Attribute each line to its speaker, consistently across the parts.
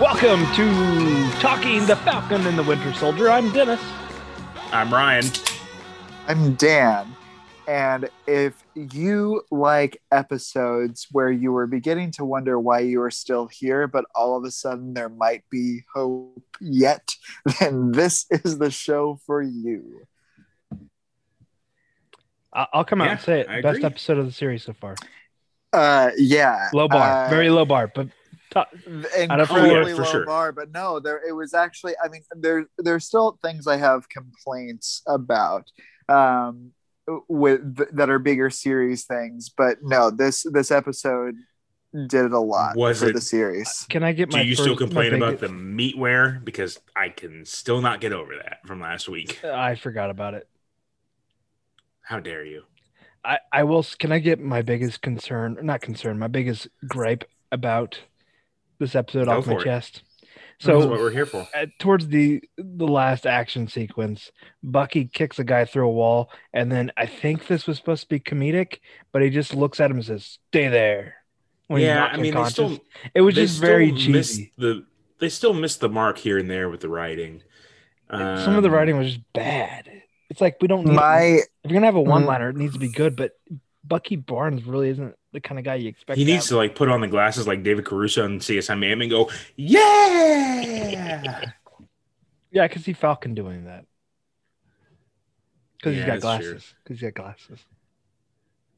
Speaker 1: Welcome to Talking the Falcon and the Winter Soldier. I'm Dennis.
Speaker 2: I'm Ryan.
Speaker 3: I'm Dan. And if you like episodes where you were beginning to wonder why you are still here, but all of a sudden there might be hope yet, then this is the show for you.
Speaker 1: I- I'll come out
Speaker 2: Yeah,
Speaker 1: and say it.
Speaker 2: I
Speaker 1: Best
Speaker 2: agree.
Speaker 1: episode of the series so far.
Speaker 3: Uh, yeah.
Speaker 1: Low bar,
Speaker 3: Uh,
Speaker 1: very low bar, but Out of four,
Speaker 3: incredibly
Speaker 2: for
Speaker 3: low
Speaker 2: sure.
Speaker 3: bar, but no, there it was actually. I mean, there there's still things I have complaints about um, with that are bigger series things, but no, this this episode did it a lot
Speaker 2: Was
Speaker 3: for
Speaker 2: it-
Speaker 3: the series.
Speaker 1: can I get
Speaker 2: Do
Speaker 1: my?
Speaker 2: you
Speaker 1: first-
Speaker 2: still
Speaker 1: my
Speaker 2: complain
Speaker 1: big-
Speaker 2: about the meatware? Because I can still not get over that from last week.
Speaker 1: I forgot about it.
Speaker 2: How dare you?
Speaker 1: I I will. s- Can I get my biggest concern? Not concern. My biggest gripe about this episode
Speaker 2: Go
Speaker 1: off my
Speaker 2: for it.
Speaker 1: chest.
Speaker 2: That's
Speaker 1: So
Speaker 2: what we're here for.
Speaker 1: at, towards the the last action sequence, Bucky kicks a guy through a wall, and then I think this was supposed to be comedic, but he just looks at him and says, "Stay there." he's
Speaker 2: yeah,
Speaker 1: knocked
Speaker 2: I mean, they
Speaker 1: unconscious.
Speaker 2: still
Speaker 1: it was
Speaker 2: they
Speaker 1: just very
Speaker 2: still missed
Speaker 1: cheesy.
Speaker 2: The they still missed the mark here and there with the writing.
Speaker 1: Some of the
Speaker 2: Um,
Speaker 1: writing was just bad. It's like we don't need.
Speaker 3: My
Speaker 1: if you're gonna have a one liner, it needs to be good. But Bucky Barnes really isn't the kind of guy you expect.
Speaker 2: He
Speaker 1: to
Speaker 2: needs
Speaker 1: have-
Speaker 2: to like put on the glasses like David Caruso and CSI Miami and go, yeah.
Speaker 1: Yeah, I can see Falcon doing that. Because
Speaker 2: Yeah,
Speaker 1: he's got
Speaker 2: that's true.
Speaker 1: glasses. Because he's got glasses.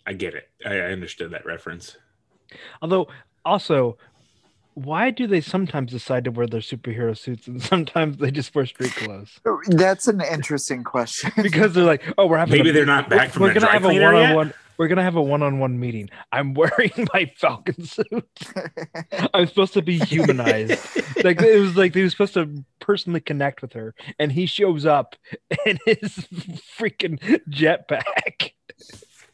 Speaker 2: I get it. I, I understood that reference.
Speaker 1: Although, also, why do they sometimes decide to wear their superhero suits and sometimes they just wear street clothes?
Speaker 3: that's an interesting question.
Speaker 1: Because they're like, oh, we're having
Speaker 2: Maybe
Speaker 1: a,
Speaker 2: they're not back from
Speaker 1: we're
Speaker 2: the
Speaker 1: gonna
Speaker 2: dry
Speaker 1: have a
Speaker 2: cleaner yet.
Speaker 1: one-on-one. We're gonna have a one-on-one meeting. I'm wearing my Falcon suit. I'm supposed to be humanized. like it was like they were supposed to personally connect with her, and he shows up in his freaking jetpack.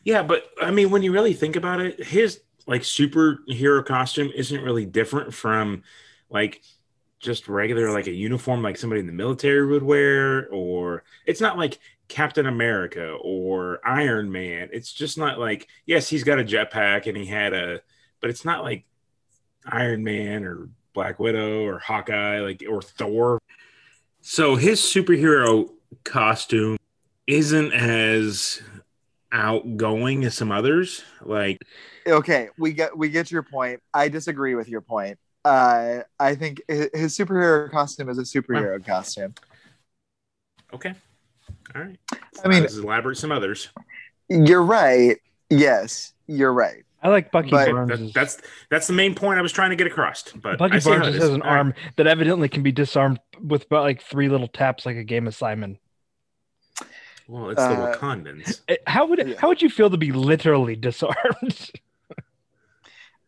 Speaker 2: Yeah, but I mean, when you really think about it, his like superhero costume isn't really different from like just regular like a uniform like somebody in the military would wear, or it's not like Captain America or Iron Man. It's just not like yes, he's got a jetpack and he had a, but it's not like Iron Man or Black Widow or Hawkeye like or Thor. So his superhero costume isn't as outgoing as some others. Like,
Speaker 3: okay we get we get your point i disagree with your point uh i think his, his superhero costume is a superhero costume
Speaker 2: okay, all right.
Speaker 3: I mean-
Speaker 2: as elaborate as some others.
Speaker 3: you're right yes you're right
Speaker 1: I like Bucky
Speaker 3: But-
Speaker 1: Barnes.
Speaker 2: That- that's that's the main point I was trying to get across. But I
Speaker 1: Bucky
Speaker 2: see how
Speaker 1: Barnes
Speaker 2: it
Speaker 1: just
Speaker 2: is.
Speaker 1: has an
Speaker 2: All right.
Speaker 1: arm that evidently can be disarmed with about like three little taps, like a game of Simon.
Speaker 2: Well, it's the
Speaker 3: Uh,
Speaker 2: Wakandans.
Speaker 1: Eh, How would
Speaker 3: Yeah.
Speaker 1: how would you feel to be literally disarmed?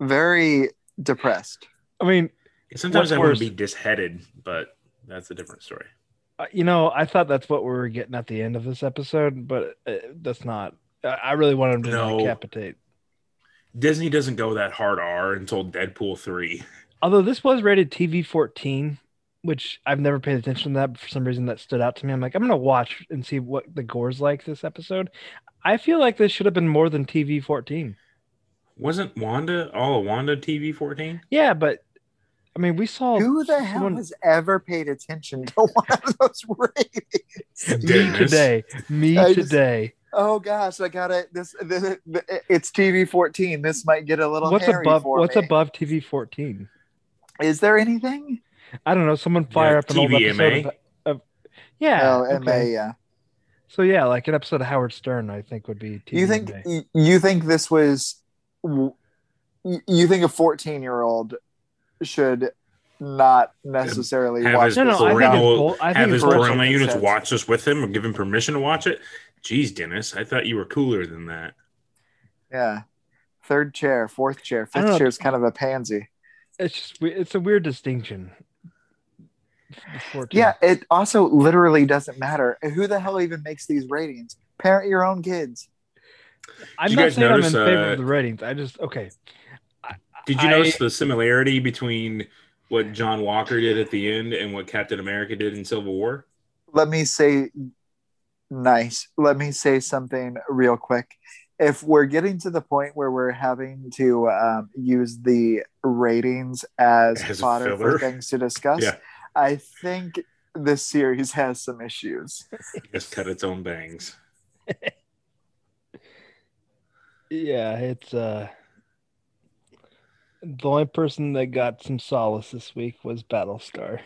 Speaker 3: very depressed
Speaker 1: I mean,
Speaker 2: Sometimes
Speaker 1: what's
Speaker 2: I want
Speaker 1: worse?
Speaker 2: to be disheaded, but that's a different story.
Speaker 1: uh, you know, I thought that's what we were getting at the end of this episode, but uh, that's not. I- I really wanted him to
Speaker 2: No.
Speaker 1: decapitate.
Speaker 2: Disney doesn't go that hard R until Deadpool three.
Speaker 1: Although this was rated TV fourteen, which I've never paid attention to that. But for some reason, that stood out to me. I'm like, I'm gonna watch and see what the gore's like this episode. I feel like this should have been more than TV fourteen.
Speaker 2: Wasn't Wanda all of Wanda TV fourteen?
Speaker 1: Yeah, but I mean, we saw
Speaker 3: who the hell
Speaker 1: someone-
Speaker 3: has ever paid attention to one of those ratings
Speaker 1: me today. Me
Speaker 3: I just-
Speaker 1: today.
Speaker 3: oh gosh i gotta this, this it's tv 14 this might get a little
Speaker 1: What's
Speaker 3: hairy
Speaker 1: above?
Speaker 3: for
Speaker 1: What's
Speaker 3: me.
Speaker 1: above TV fourteen?
Speaker 3: is there anything
Speaker 1: I don't know. Someone fire
Speaker 2: Yeah,
Speaker 1: up an old episode
Speaker 2: TVMA.
Speaker 1: of, of yeah.
Speaker 3: oh and
Speaker 1: okay.
Speaker 3: they yeah
Speaker 1: So yeah, like an episode of Howard Stern, I think would be. TVMA.
Speaker 3: you think y- you think this was w- y- you think a 14 year old should not necessarily
Speaker 2: Have
Speaker 3: watch
Speaker 2: his
Speaker 1: No, no, I think it's
Speaker 2: Parental-
Speaker 1: bull- I
Speaker 2: Have
Speaker 1: think
Speaker 2: his
Speaker 1: it's
Speaker 3: parental
Speaker 1: bull-
Speaker 2: Paramount units
Speaker 3: consent.
Speaker 2: watch this with him or give him permission to watch it? Jeez, Dennis, I thought you were cooler than that.
Speaker 3: yeah third chair fourth chair
Speaker 1: I don't know.
Speaker 3: fifth chair is kind of a pansy
Speaker 1: it's just we- it's a weird distinction. The 14.
Speaker 3: yeah it also literally doesn't matter who the hell even makes these ratings parent your own kids
Speaker 1: I'm
Speaker 2: Did you
Speaker 1: not
Speaker 2: guys
Speaker 1: saying
Speaker 2: notice,
Speaker 1: I'm in favor
Speaker 2: uh,
Speaker 1: of the ratings. I just okay.
Speaker 2: Did you
Speaker 1: I-
Speaker 2: notice the similarity between what John Walker did at the end and what Captain America did in Civil War?
Speaker 3: let me say nice let me say something real quick if we're getting to the point where we're having to um, use the ratings as,
Speaker 2: As
Speaker 3: fodder
Speaker 2: filler.
Speaker 3: for things to discuss,
Speaker 2: Yeah.
Speaker 3: I think this series has some issues.
Speaker 2: Just cut its own bangs.
Speaker 1: Yeah, it's uh the only person that got some solace this week was Battlestar.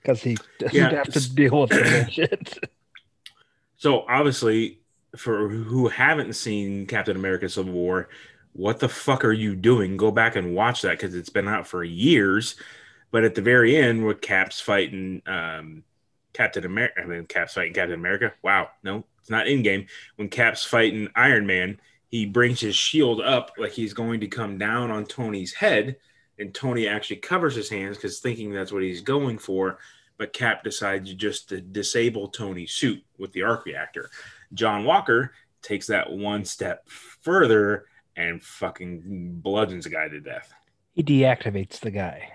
Speaker 1: Because he doesn't
Speaker 2: Yeah,
Speaker 1: have
Speaker 2: it's-
Speaker 1: to deal with that shit.
Speaker 2: So obviously, for who haven't seen Captain America: Civil War, what the fuck are you doing? Go back and watch that because it's been out for years. But at the very end, with Cap's fighting um, Captain America, I mean, Cap's fighting Captain America. Wow, no, it's not in game. When Cap's fighting Iron Man, he brings his shield up like he's going to come down on Tony's head, and Tony actually covers his hands because thinking that's what he's going for but Cap decides just to disable Tony's suit with the arc reactor. John Walker takes that one step further and fucking bludgeons a guy to death.
Speaker 1: He deactivates the guy.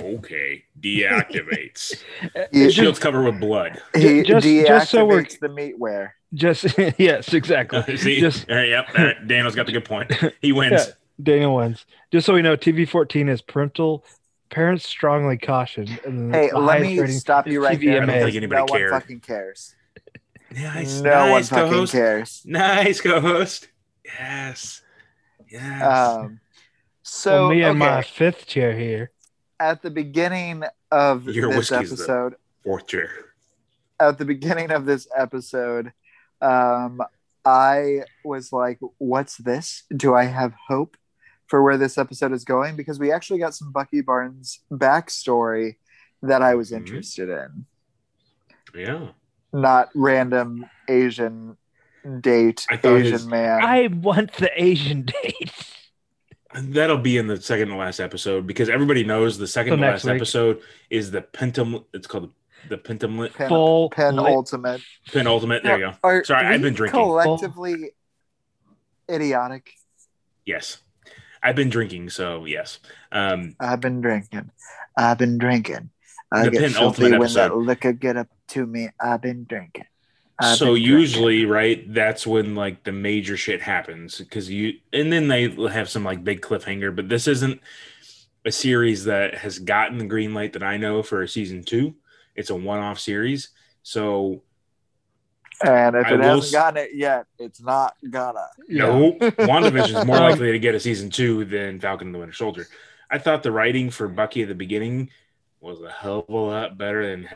Speaker 2: Okay, deactivates.
Speaker 3: He,
Speaker 1: It's
Speaker 2: Shield's
Speaker 1: Uh, just,
Speaker 2: covered with blood.
Speaker 3: he
Speaker 1: just-
Speaker 3: deactivates
Speaker 1: just so we're-
Speaker 3: the meatware.
Speaker 1: just yes, exactly.
Speaker 2: See,
Speaker 1: Just
Speaker 2: All right, yep, all right, Daniel's got the good point. He wins.
Speaker 1: Daniel wins. Just so we know, TV fourteen is parental. Parents strongly cautioned. And Mm-hmm. the
Speaker 3: Hey, let
Speaker 1: highest
Speaker 3: me
Speaker 1: rating
Speaker 3: stop
Speaker 1: is
Speaker 3: you right there.
Speaker 2: I don't
Speaker 1: TVMA.
Speaker 2: think anybody
Speaker 3: no
Speaker 2: cared.
Speaker 3: one fucking cares.
Speaker 2: Nice,
Speaker 3: no one
Speaker 2: nice
Speaker 3: fucking
Speaker 2: co-host.
Speaker 3: cares.
Speaker 2: Nice co-host. Yes, yes.
Speaker 3: Um, so
Speaker 1: Well, me and
Speaker 3: okay,
Speaker 1: my fifth chair here.
Speaker 3: at the beginning of
Speaker 2: Your
Speaker 3: this
Speaker 2: whiskey's the-
Speaker 3: episode,
Speaker 2: Fourth chair.
Speaker 3: at the beginning of this episode, um, I was like, "What's this? Do I have hope for where this episode is going?" Because we actually got some Bucky Barnes backstory that I was
Speaker 2: Mhm.
Speaker 3: interested in,
Speaker 2: Yeah.
Speaker 3: not random Asian date,
Speaker 2: I thought
Speaker 3: Asian
Speaker 2: his-
Speaker 3: man.
Speaker 1: I want the Asian date.
Speaker 2: That'll be in the second to last episode because everybody knows the second
Speaker 1: So
Speaker 2: to
Speaker 1: next
Speaker 2: last
Speaker 1: week.
Speaker 2: episode is the pentum. It's called the pentum
Speaker 3: Pen,
Speaker 1: Full
Speaker 3: pen
Speaker 1: lit-
Speaker 3: ultimate.
Speaker 2: penultimate. There you go.
Speaker 3: Are
Speaker 2: Sorry, I've
Speaker 3: we
Speaker 2: been drinking.
Speaker 3: Collectively idiotic.
Speaker 2: Yes, I've been drinking, so yes. Um,
Speaker 3: I've been drinking. I've been drinking. I
Speaker 2: The
Speaker 3: get
Speaker 2: penultimate
Speaker 3: filthy when that
Speaker 2: episode.
Speaker 3: liquor get up to me. I've been drinking. I've
Speaker 2: so
Speaker 3: been
Speaker 2: usually, right, that's when like the major shit happens because you, and then they have some like big cliffhanger. But this isn't a series that has gotten the green light that I know for a season two. It's a one-off series, so
Speaker 3: drinking. and if
Speaker 2: I
Speaker 3: it
Speaker 2: will
Speaker 3: hasn't
Speaker 2: s- Uh-huh.
Speaker 3: gotten it yet, it's not gonna.
Speaker 2: No, WandaVision is more
Speaker 1: Um,
Speaker 2: likely to get a season two than Falcon and the Winter Soldier. I thought the writing for Bucky at the beginning was a hell of a lot better than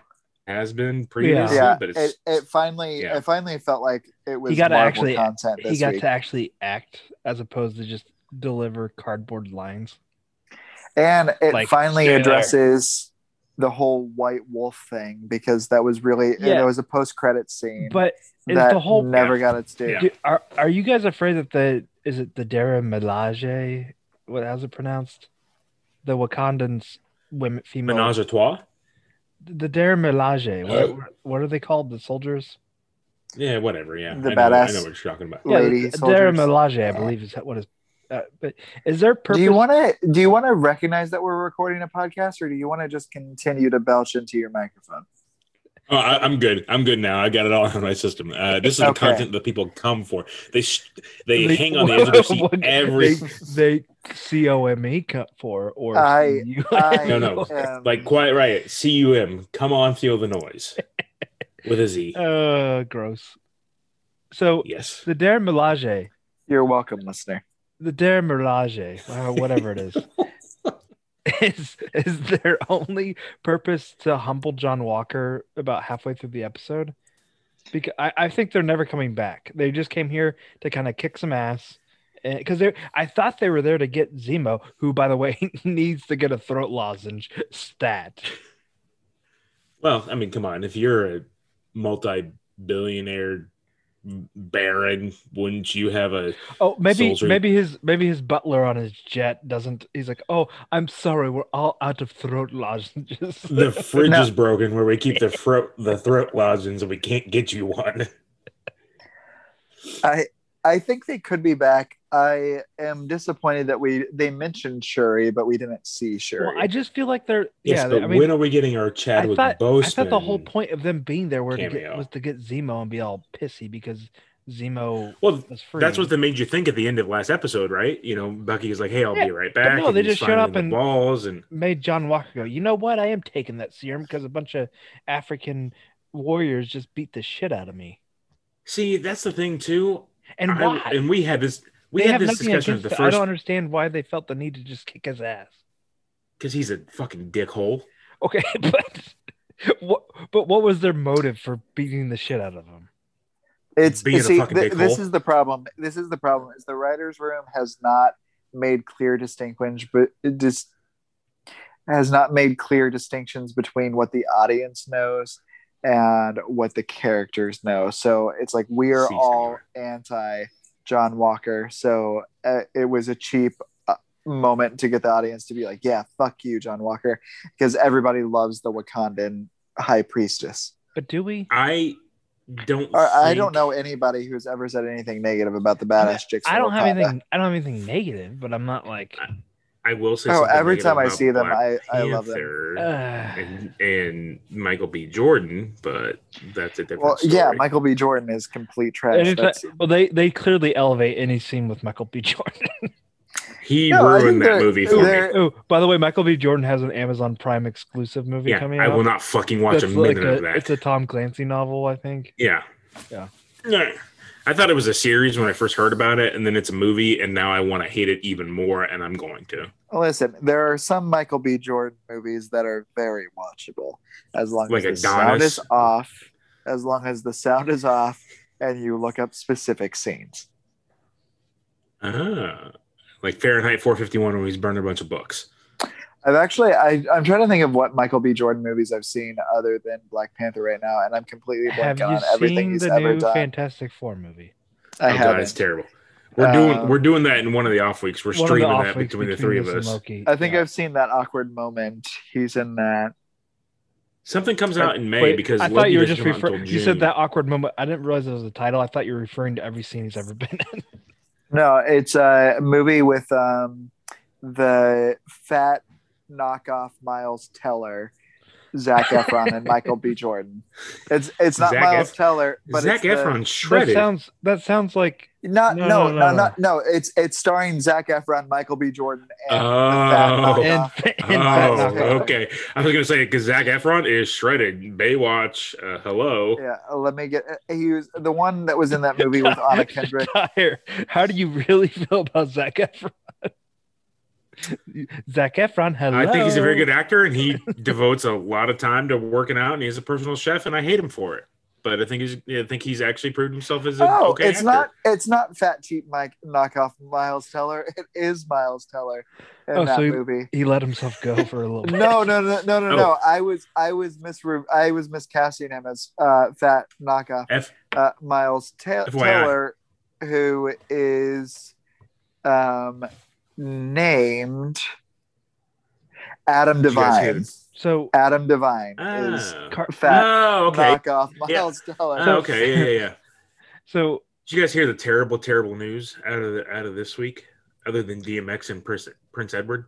Speaker 2: has been previously,
Speaker 3: Yeah,
Speaker 2: but it's
Speaker 3: it, it finally
Speaker 2: yeah.
Speaker 3: it finally felt like it was
Speaker 1: He gotta
Speaker 3: Marvel
Speaker 1: actually-
Speaker 3: content
Speaker 1: he
Speaker 3: this
Speaker 1: got
Speaker 3: week.
Speaker 1: to actually act as opposed to just deliver cardboard lines.
Speaker 3: and it
Speaker 1: like,
Speaker 3: finally
Speaker 1: stay there.
Speaker 3: addresses the whole White Wolf thing because that was really
Speaker 1: Yeah.
Speaker 3: there was a post credit scene
Speaker 1: But is
Speaker 3: Mm. that
Speaker 1: the whole
Speaker 3: never got its due.
Speaker 2: Yeah.
Speaker 1: do- are are you guys afraid that the is it the Dara Milaje? What how's it pronounced? The Wakandans women female
Speaker 2: menage a trois.
Speaker 1: the Dara Milaje. What,
Speaker 2: Uh.
Speaker 1: what are they called? The soldiers?
Speaker 2: Yeah, whatever. Yeah,
Speaker 3: The
Speaker 2: I know, I
Speaker 3: badass.
Speaker 2: know what you're talking about.
Speaker 1: Yeah,
Speaker 3: Lady
Speaker 1: the- Dara
Speaker 3: soldiers.
Speaker 1: Milaje, I
Speaker 3: Yeah.
Speaker 1: believe is what is uh, but is there purpose
Speaker 3: Do you want to do you want to recognize that we're recording a podcast, or do you want to just continue to belch into your microphone?
Speaker 2: Oh, I, I'm good. I'm good now. I got it all out of my system. Uh, this is the
Speaker 3: Okay.
Speaker 2: content that people come for. They sh- they,
Speaker 1: They-
Speaker 2: hang on the edge of their seat
Speaker 1: what-
Speaker 2: every
Speaker 1: they C O M E cut for or
Speaker 3: I-
Speaker 1: you-
Speaker 3: I
Speaker 2: No, no.
Speaker 3: am-
Speaker 2: like quiet riot. C U M. Come on, feel the noise with a Z.
Speaker 1: uh gross. So
Speaker 2: Yes.
Speaker 1: the Dare Milaje,
Speaker 3: You're welcome, listener.
Speaker 1: the Dare Milaje, uh, whatever it is, is is their only purpose to humble John Walker about halfway through the episode. Because I, I think they're never coming back. They just came here to kind of kick some ass. Because they, I thought they were there to get Zemo, who, by the way, needs to get a throat lozenge stat.
Speaker 2: Well, I mean, come on. If you're a multi-billionaire baron, wouldn't you have a?
Speaker 1: Oh, maybe
Speaker 2: Soldier.
Speaker 1: maybe his maybe his butler on his jet doesn't. He's like, oh, I'm sorry, we're all out of throat lozenges.
Speaker 2: The fridge
Speaker 3: No.
Speaker 2: is broken where we keep the throat the throat lozenges, and we can't get you one.
Speaker 3: I I think they could be back. I am disappointed that we they mentioned Shuri, but we didn't see
Speaker 1: well,
Speaker 3: Shuri.
Speaker 1: I just feel like they're
Speaker 2: Yes,
Speaker 1: yeah.
Speaker 2: but
Speaker 1: I mean,
Speaker 2: when are we getting our Chadwick
Speaker 1: I thought, I
Speaker 2: Boseman?
Speaker 1: thought the whole point of them being there were to get,
Speaker 2: cameo.
Speaker 1: was to get Zemo and be all pissy because Zemo
Speaker 2: Well,
Speaker 1: was free.
Speaker 2: that's what they made you think at the end of last episode, right? You know, Bucky is like, "Hey, I'll
Speaker 1: Yeah,
Speaker 2: be right back."
Speaker 1: no,
Speaker 2: and
Speaker 1: they
Speaker 2: he's
Speaker 1: just showed
Speaker 2: finding
Speaker 1: up
Speaker 2: the
Speaker 1: and-
Speaker 2: balls and
Speaker 1: made John Walker go, you know what? I am taking that serum because a bunch of African warriors just beat the shit out of me.
Speaker 2: see that's the thing too.
Speaker 1: And
Speaker 2: I-
Speaker 1: why?
Speaker 2: and we had this we
Speaker 1: they
Speaker 2: had
Speaker 1: have
Speaker 2: this
Speaker 1: nothing
Speaker 2: discussion at
Speaker 1: against
Speaker 2: the
Speaker 1: it. I
Speaker 2: first
Speaker 1: don't understand why they felt the need to just kick his ass.
Speaker 2: because he's a fucking dickhole.
Speaker 1: Okay, but what? But what was their motive for beating the shit out of him?
Speaker 3: It's
Speaker 2: Being a
Speaker 3: see,
Speaker 2: fucking
Speaker 3: th-
Speaker 2: big
Speaker 3: this
Speaker 2: hole.
Speaker 3: is the problem. This is the problem. Is the writers' room has not made clear distinctions, but it just has not made clear distinctions between what the audience knows and what the characters know. So it's like we are
Speaker 2: See,
Speaker 3: all anti John Walker. So uh, it was a cheap uh, moment to get the audience to be like, "Yeah, fuck you, John Walker," because everybody loves the Wakandan High Priestess.
Speaker 1: But do we?
Speaker 2: I don't.
Speaker 3: Or, I don't
Speaker 2: think-
Speaker 3: know anybody who's ever said anything negative about the badass chicks.
Speaker 1: I
Speaker 3: in
Speaker 1: don't have
Speaker 3: Wakanda.
Speaker 1: anything. I don't have anything negative, but I'm not like.
Speaker 2: I will say.
Speaker 3: Oh,
Speaker 2: something
Speaker 3: every
Speaker 2: negative
Speaker 3: time I
Speaker 2: about
Speaker 3: see them,
Speaker 2: Black
Speaker 3: I- I love them.
Speaker 2: Panther
Speaker 1: Uh,
Speaker 2: And, and Michael B. Jordan, but that's a different.
Speaker 3: Well, yeah,
Speaker 2: story.
Speaker 3: Michael B. Jordan is complete trash.
Speaker 1: anytime,
Speaker 3: That's,
Speaker 1: well, they they clearly elevate any scene with Michael B. Jordan.
Speaker 2: he
Speaker 3: No, I think
Speaker 2: ruined that
Speaker 3: they're-
Speaker 2: movie for me.
Speaker 3: they're-
Speaker 1: oh, by the way, Michael B. Jordan has an Amazon Prime exclusive movie
Speaker 2: Yeah,
Speaker 1: coming
Speaker 2: I
Speaker 1: out.
Speaker 2: will not fucking watch a
Speaker 1: That's like
Speaker 2: minute of
Speaker 1: a-
Speaker 2: that.
Speaker 1: It's a Tom Clancy novel, I think.
Speaker 2: Yeah.
Speaker 1: Yeah.
Speaker 2: No, I thought it was a series when I first heard about it, and then it's a movie, and now I want to hate it even more, and I'm going to.
Speaker 3: listen, there are some Michael B. Jordan movies that are very watchable as long
Speaker 2: Like
Speaker 3: as the sound
Speaker 2: Adonis.
Speaker 3: is off, as long as the sound is off, and you look up specific scenes.
Speaker 2: Ah, like Fahrenheit 451, where he's burned a bunch of books.
Speaker 3: I've actually, I, I'm trying to think of what Michael B. Jordan movies I've seen other than Black Panther right now, and I'm completely
Speaker 1: Have
Speaker 3: blank
Speaker 1: you
Speaker 3: on everything
Speaker 1: seen
Speaker 3: he's
Speaker 1: the
Speaker 3: ever
Speaker 1: new
Speaker 3: done.
Speaker 1: Fantastic Four movie?
Speaker 2: oh,
Speaker 3: I
Speaker 2: God, it's
Speaker 3: haven't.
Speaker 2: terrible. We're doing
Speaker 3: Uh,
Speaker 2: we're doing that in one of the off weeks.
Speaker 1: One
Speaker 2: We're
Speaker 1: of the
Speaker 2: streaming
Speaker 1: off
Speaker 2: that
Speaker 1: weeks
Speaker 2: between the three of
Speaker 1: us and
Speaker 2: us.
Speaker 1: Loki.
Speaker 3: I think
Speaker 1: Yeah.
Speaker 3: I've seen that awkward moment. He's in that.
Speaker 2: Something comes out in May
Speaker 1: Wait,
Speaker 2: because
Speaker 1: I
Speaker 2: Loki
Speaker 1: thought you were
Speaker 2: doesn't
Speaker 1: just
Speaker 2: come out
Speaker 1: referring.
Speaker 2: until
Speaker 1: You said
Speaker 2: June.
Speaker 1: that awkward moment. I didn't realize it was a title. I thought you were referring to every scene he's ever been in.
Speaker 3: No, it's a movie with um, the fat knockoff Miles Teller, Zach Efron, and Michael B. Jordan. It's it's not
Speaker 2: Zac
Speaker 3: Miles
Speaker 2: Ef-
Speaker 3: Teller, but
Speaker 2: Zac
Speaker 3: it's the-
Speaker 2: Efron
Speaker 1: That
Speaker 2: shredded.
Speaker 1: sounds. That sounds like
Speaker 3: not
Speaker 1: No,
Speaker 3: no
Speaker 1: no,
Speaker 3: no,
Speaker 1: no,
Speaker 3: not,
Speaker 1: no.
Speaker 3: no. It's it's starring Zach Efron, Michael B. Jordan, and
Speaker 2: Oh.
Speaker 3: the fat
Speaker 1: and,
Speaker 3: knockoff.
Speaker 1: and
Speaker 2: oh,
Speaker 1: that's not-
Speaker 2: okay. I was gonna say because Zach Efron is shredded. Baywatch. Uh, hello.
Speaker 3: Yeah, let me get. He was the one that was in that movie with Anna Kendrick.
Speaker 1: Tyler, how do you really feel about Zach Efron? Zach Efron, hello.
Speaker 2: I think he's a very good actor, and he devotes a lot of time to working out, and he's a personal chef, and I hate him for it. But I think he's, I think he's actually proved himself as an
Speaker 3: Oh,
Speaker 2: okay
Speaker 3: it's
Speaker 2: actor.
Speaker 3: not it's not fat cheap Mike knockoff Miles Teller. It is Miles Teller in
Speaker 1: Oh,
Speaker 3: that
Speaker 1: so you-
Speaker 3: movie.
Speaker 1: He let himself go for a little bit.
Speaker 3: No, no, no, no, no,
Speaker 2: Oh.
Speaker 3: no. I was I was misre- I was miscasting him as uh, fat knockoff
Speaker 2: F-
Speaker 3: uh, Miles Ta-
Speaker 2: FYI.
Speaker 3: Taylor, who is um, named Adam
Speaker 2: Did you guys hear
Speaker 3: Devine.
Speaker 1: So,
Speaker 3: Adam Devine is
Speaker 2: Ah.
Speaker 1: Car-
Speaker 3: fat
Speaker 2: oh, okay.
Speaker 3: knockoff Miles Teller.
Speaker 2: Ah, okay. Yeah, yeah, yeah.
Speaker 1: so
Speaker 2: Did you guys hear the terrible, terrible news out of the, out of this week? Other than DMX and Prince, Prince Edward,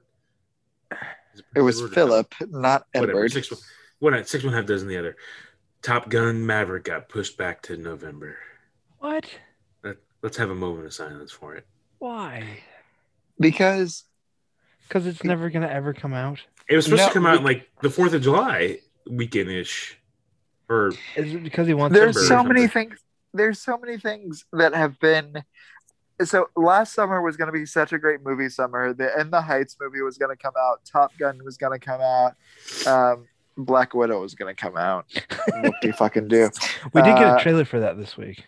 Speaker 2: Is
Speaker 3: It
Speaker 2: Prince Edward
Speaker 3: was
Speaker 2: or-
Speaker 3: Philip, not
Speaker 2: Whatever,
Speaker 3: Edward.
Speaker 2: Six, one, at six one half dozen the other. Top Gun Maverick got pushed back to November.
Speaker 1: what?
Speaker 2: Let, let's have a moment of silence for it.
Speaker 1: Why?
Speaker 3: Because
Speaker 1: Because it's never gonna ever come out.
Speaker 2: It was supposed
Speaker 3: No,
Speaker 2: to come out
Speaker 3: we-
Speaker 2: in, like the Fourth of July weekend ish, or
Speaker 1: Is it because he wants?
Speaker 3: there's
Speaker 1: to-
Speaker 2: September or
Speaker 3: so many
Speaker 2: something.
Speaker 3: things there's so many things that have been so last summer was going to be such a great movie summer the in the heights movie was going to come out top gun was going to come out um black widow was going to come out what do you fucking do
Speaker 1: We did get
Speaker 3: uh,
Speaker 1: a trailer for that this week.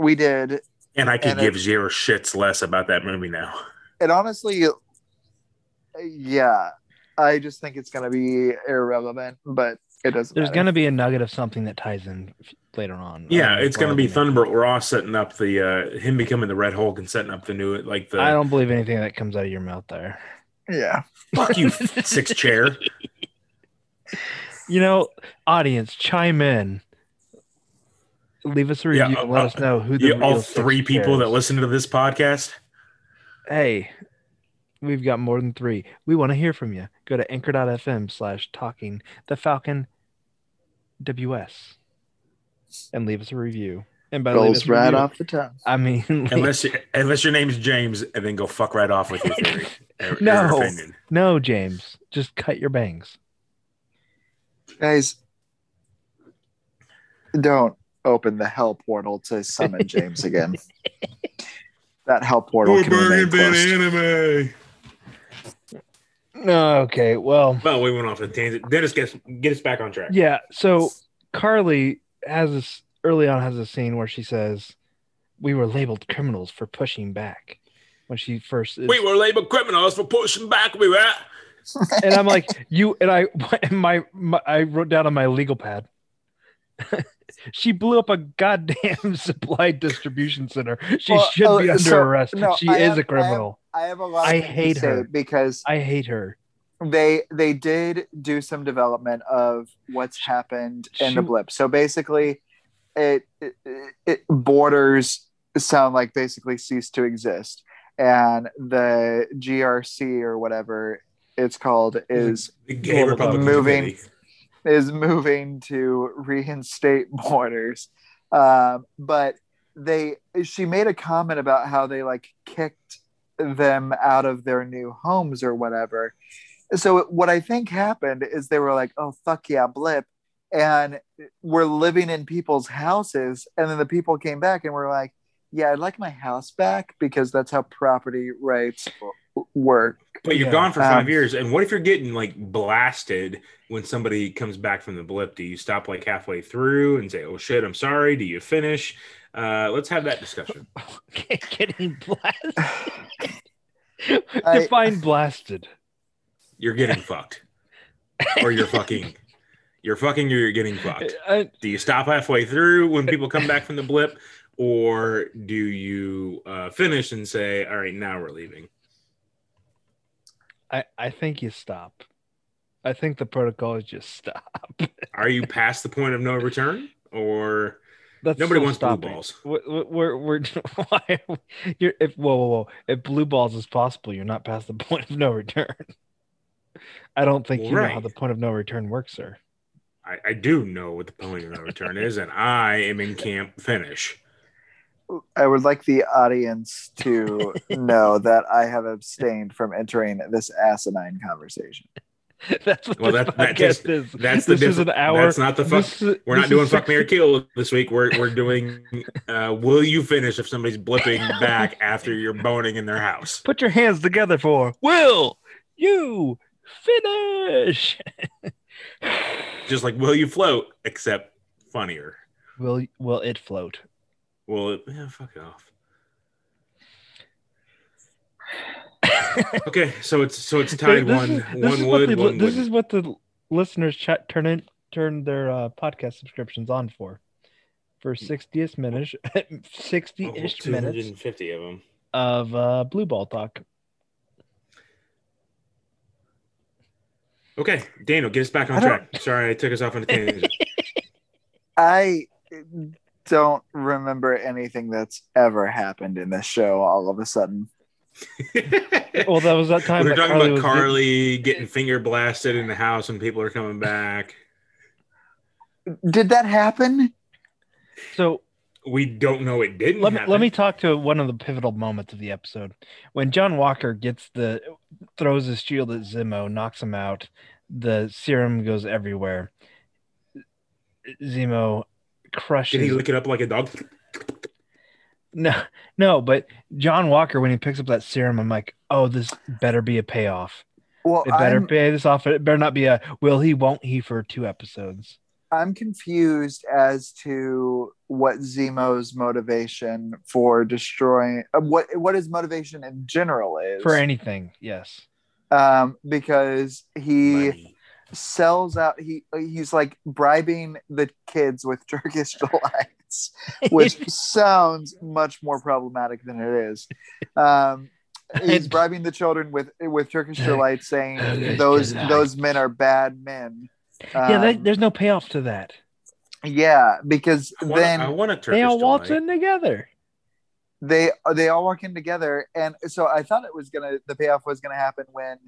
Speaker 3: we did
Speaker 2: and I could
Speaker 3: And it-
Speaker 2: give zero shits less about that movie now.
Speaker 3: and honestly yeah i just think it's going to be irrelevant but it doesn't
Speaker 1: There's
Speaker 3: matter.
Speaker 1: gonna be a nugget of something that ties in f- later on.
Speaker 2: Yeah,
Speaker 1: Um,
Speaker 2: it's going to be
Speaker 1: well,
Speaker 2: Thunderbolt Ross setting up the uh, him becoming the Red Hulk and setting up the new like
Speaker 1: I
Speaker 2: the
Speaker 1: don't believe anything that comes out of your mouth there.
Speaker 3: yeah
Speaker 2: fuck you six chair.
Speaker 1: You know, audience, chime in. Leave us a
Speaker 2: Yeah,
Speaker 1: review. and let
Speaker 2: uh,
Speaker 1: us know who the
Speaker 2: You, all
Speaker 1: real six
Speaker 2: three people that
Speaker 1: chairs-
Speaker 2: listen to this podcast.
Speaker 1: Hey, we've got more than three. We want to hear from you. Go to anchor.fm slash talking the falcon WS and leave us a review. And by
Speaker 3: Rolls
Speaker 1: latest
Speaker 3: right
Speaker 1: review,
Speaker 3: off the tongue.
Speaker 1: I mean, like,
Speaker 2: unless unless your name's James, and then go fuck right off with your theory. or- or
Speaker 1: No.
Speaker 2: opinion.
Speaker 1: no, James, just cut your bangs.
Speaker 3: Guys, don't open the hell portal to summon James again. That hell portal can remain closed.
Speaker 2: anime.
Speaker 1: Okay, well,
Speaker 2: Well, we went off a tangent. Dennis, get us, get us back on track.
Speaker 1: yeah. So Carly has this early on has a scene where she says, "We were labeled criminals for pushing back." When she first, is,
Speaker 2: We were labeled criminals for pushing back. We were.
Speaker 1: and I'm like, you and I, and my, my I wrote down on my legal pad. she blew up a goddamn supply distribution center. She
Speaker 3: Well,
Speaker 1: should
Speaker 3: oh,
Speaker 1: be under
Speaker 3: so-
Speaker 1: arrest.
Speaker 3: no,
Speaker 1: she
Speaker 3: I
Speaker 1: is
Speaker 3: have- I
Speaker 1: a
Speaker 3: have-
Speaker 1: criminal.
Speaker 3: I have a lot.
Speaker 1: I
Speaker 3: of things to
Speaker 1: hate
Speaker 3: say
Speaker 1: her.
Speaker 3: because
Speaker 1: I hate her.
Speaker 3: they they did do some development of what's happened in the
Speaker 1: Shoot.
Speaker 3: blip. So basically, it, it it borders sound like basically ceased to exist, and the GRC or whatever it's called
Speaker 1: Mm-hmm.
Speaker 3: is
Speaker 2: The gay
Speaker 1: Well,
Speaker 2: Republican
Speaker 3: moving-
Speaker 2: Committee.
Speaker 3: is moving to reinstate borders. Um, but they she made a comment about how they like kicked them out of their new homes or whatever. So what I think happened is they were like, "Oh fuck yeah, blip." And we're living in people's houses and then the people came back and were like, "Yeah, I'd like my house back because that's how property rights w- work."
Speaker 2: But you're
Speaker 1: Yeah.
Speaker 2: gone for five
Speaker 3: Um,
Speaker 2: years, and what if you're getting like blasted when somebody comes back from the blip? Do you stop like halfway through and say, "Oh shit, I'm sorry"? Do you finish? Uh, let's have that discussion.
Speaker 1: Getting blasted.
Speaker 3: I-
Speaker 1: Define blasted.
Speaker 2: You're getting fucked, or you're fucking, you're fucking, or you're getting fucked.
Speaker 1: I-
Speaker 2: Do you stop halfway through when people come back from the blip, or do you uh, finish and say, "All right, now we're leaving"?
Speaker 1: I, I think you stop. I think the protocol is just stop.
Speaker 2: Are you past the point of no return, or
Speaker 1: That's
Speaker 2: nobody
Speaker 1: still
Speaker 2: wants
Speaker 1: stopping.
Speaker 2: blue balls?
Speaker 1: We're we're, we're why are we- you're, if whoa whoa whoa if blue balls is possible, you're not past the point of no return. I don't think
Speaker 2: Well,
Speaker 1: you know how
Speaker 2: right.
Speaker 1: the point of no return works, sir.
Speaker 2: I, I do know what the point of no return is, and I am in camp finish.
Speaker 3: I would like the audience to know that I have abstained from entering this asinine conversation.
Speaker 1: That's what
Speaker 2: Well,
Speaker 1: this
Speaker 2: that- that
Speaker 1: podcast
Speaker 2: just-
Speaker 1: is.
Speaker 2: That's the
Speaker 1: This is
Speaker 2: difference.
Speaker 1: an hour.
Speaker 2: That's not the fuck.
Speaker 1: This is-
Speaker 2: We're not
Speaker 1: this
Speaker 2: doing
Speaker 1: is
Speaker 2: fuck, Mary
Speaker 1: 60
Speaker 2: kill this week. We're we're doing. Uh, will you finish if somebody's blipping back after you're boning in their house?
Speaker 1: Put your hands together for will you finish?
Speaker 2: Just like will you float, except funnier.
Speaker 1: will will it float?
Speaker 2: Well, it- yeah, fuck off. okay, so it's so it's tied
Speaker 1: this
Speaker 2: one
Speaker 1: is- this is
Speaker 2: one
Speaker 1: what
Speaker 2: wood
Speaker 1: the-
Speaker 2: one
Speaker 1: this
Speaker 2: wood.
Speaker 1: is what the listeners chat turn in turn their uh, podcast subscriptions on for for 60ish minutes
Speaker 2: Oh,
Speaker 1: 60ish minutes
Speaker 2: 250 of them.
Speaker 1: of uh, blue ball talk
Speaker 2: Okay, Daniel, get us back on
Speaker 3: I don't-
Speaker 2: track. Sorry, I took us off on a tangent.
Speaker 3: I don't remember anything that's ever happened in this show all of a sudden.
Speaker 1: well that was that time
Speaker 2: we were
Speaker 1: that
Speaker 2: talking
Speaker 1: Carly
Speaker 2: about
Speaker 1: was dating-
Speaker 2: Carly getting finger blasted in the house and people are coming back.
Speaker 3: Did that happen?
Speaker 1: so
Speaker 2: We don't know it didn't.
Speaker 1: let me,
Speaker 2: happen.
Speaker 1: let me talk to one of the pivotal moments of the episode when John Walker gets the throws his shield at Zemo, knocks him out. The serum goes everywhere. Zemo crushes.
Speaker 2: Did he lick it up like a dog?
Speaker 1: No, no, but John Walker, when he picks up that serum, I'm like, oh, this better be a payoff.
Speaker 3: Well,
Speaker 1: It better
Speaker 3: Oh, I'm,
Speaker 1: pay this off. It better not be a will he, won't he for two episodes.
Speaker 3: I'm confused as to what Zemo's motivation for destroying uh, what what his motivation in general is
Speaker 1: For anything, yes.
Speaker 3: um, because he.
Speaker 2: Money.
Speaker 3: sells out he he's like bribing the kids with turkish delights which sounds much more problematic than it is um he's bribing the children with with turkish delights saying
Speaker 1: Turkish
Speaker 3: those
Speaker 1: delights.
Speaker 3: those men are bad men
Speaker 1: yeah, that,
Speaker 3: Um,
Speaker 1: there's no payoff to that.
Speaker 3: yeah because
Speaker 2: I wanna- I
Speaker 3: then
Speaker 2: want a Turkish
Speaker 1: They all waltz
Speaker 2: delight.
Speaker 1: in together.
Speaker 3: they they all walk in together and so i thought it was gonna the payoff was gonna happen when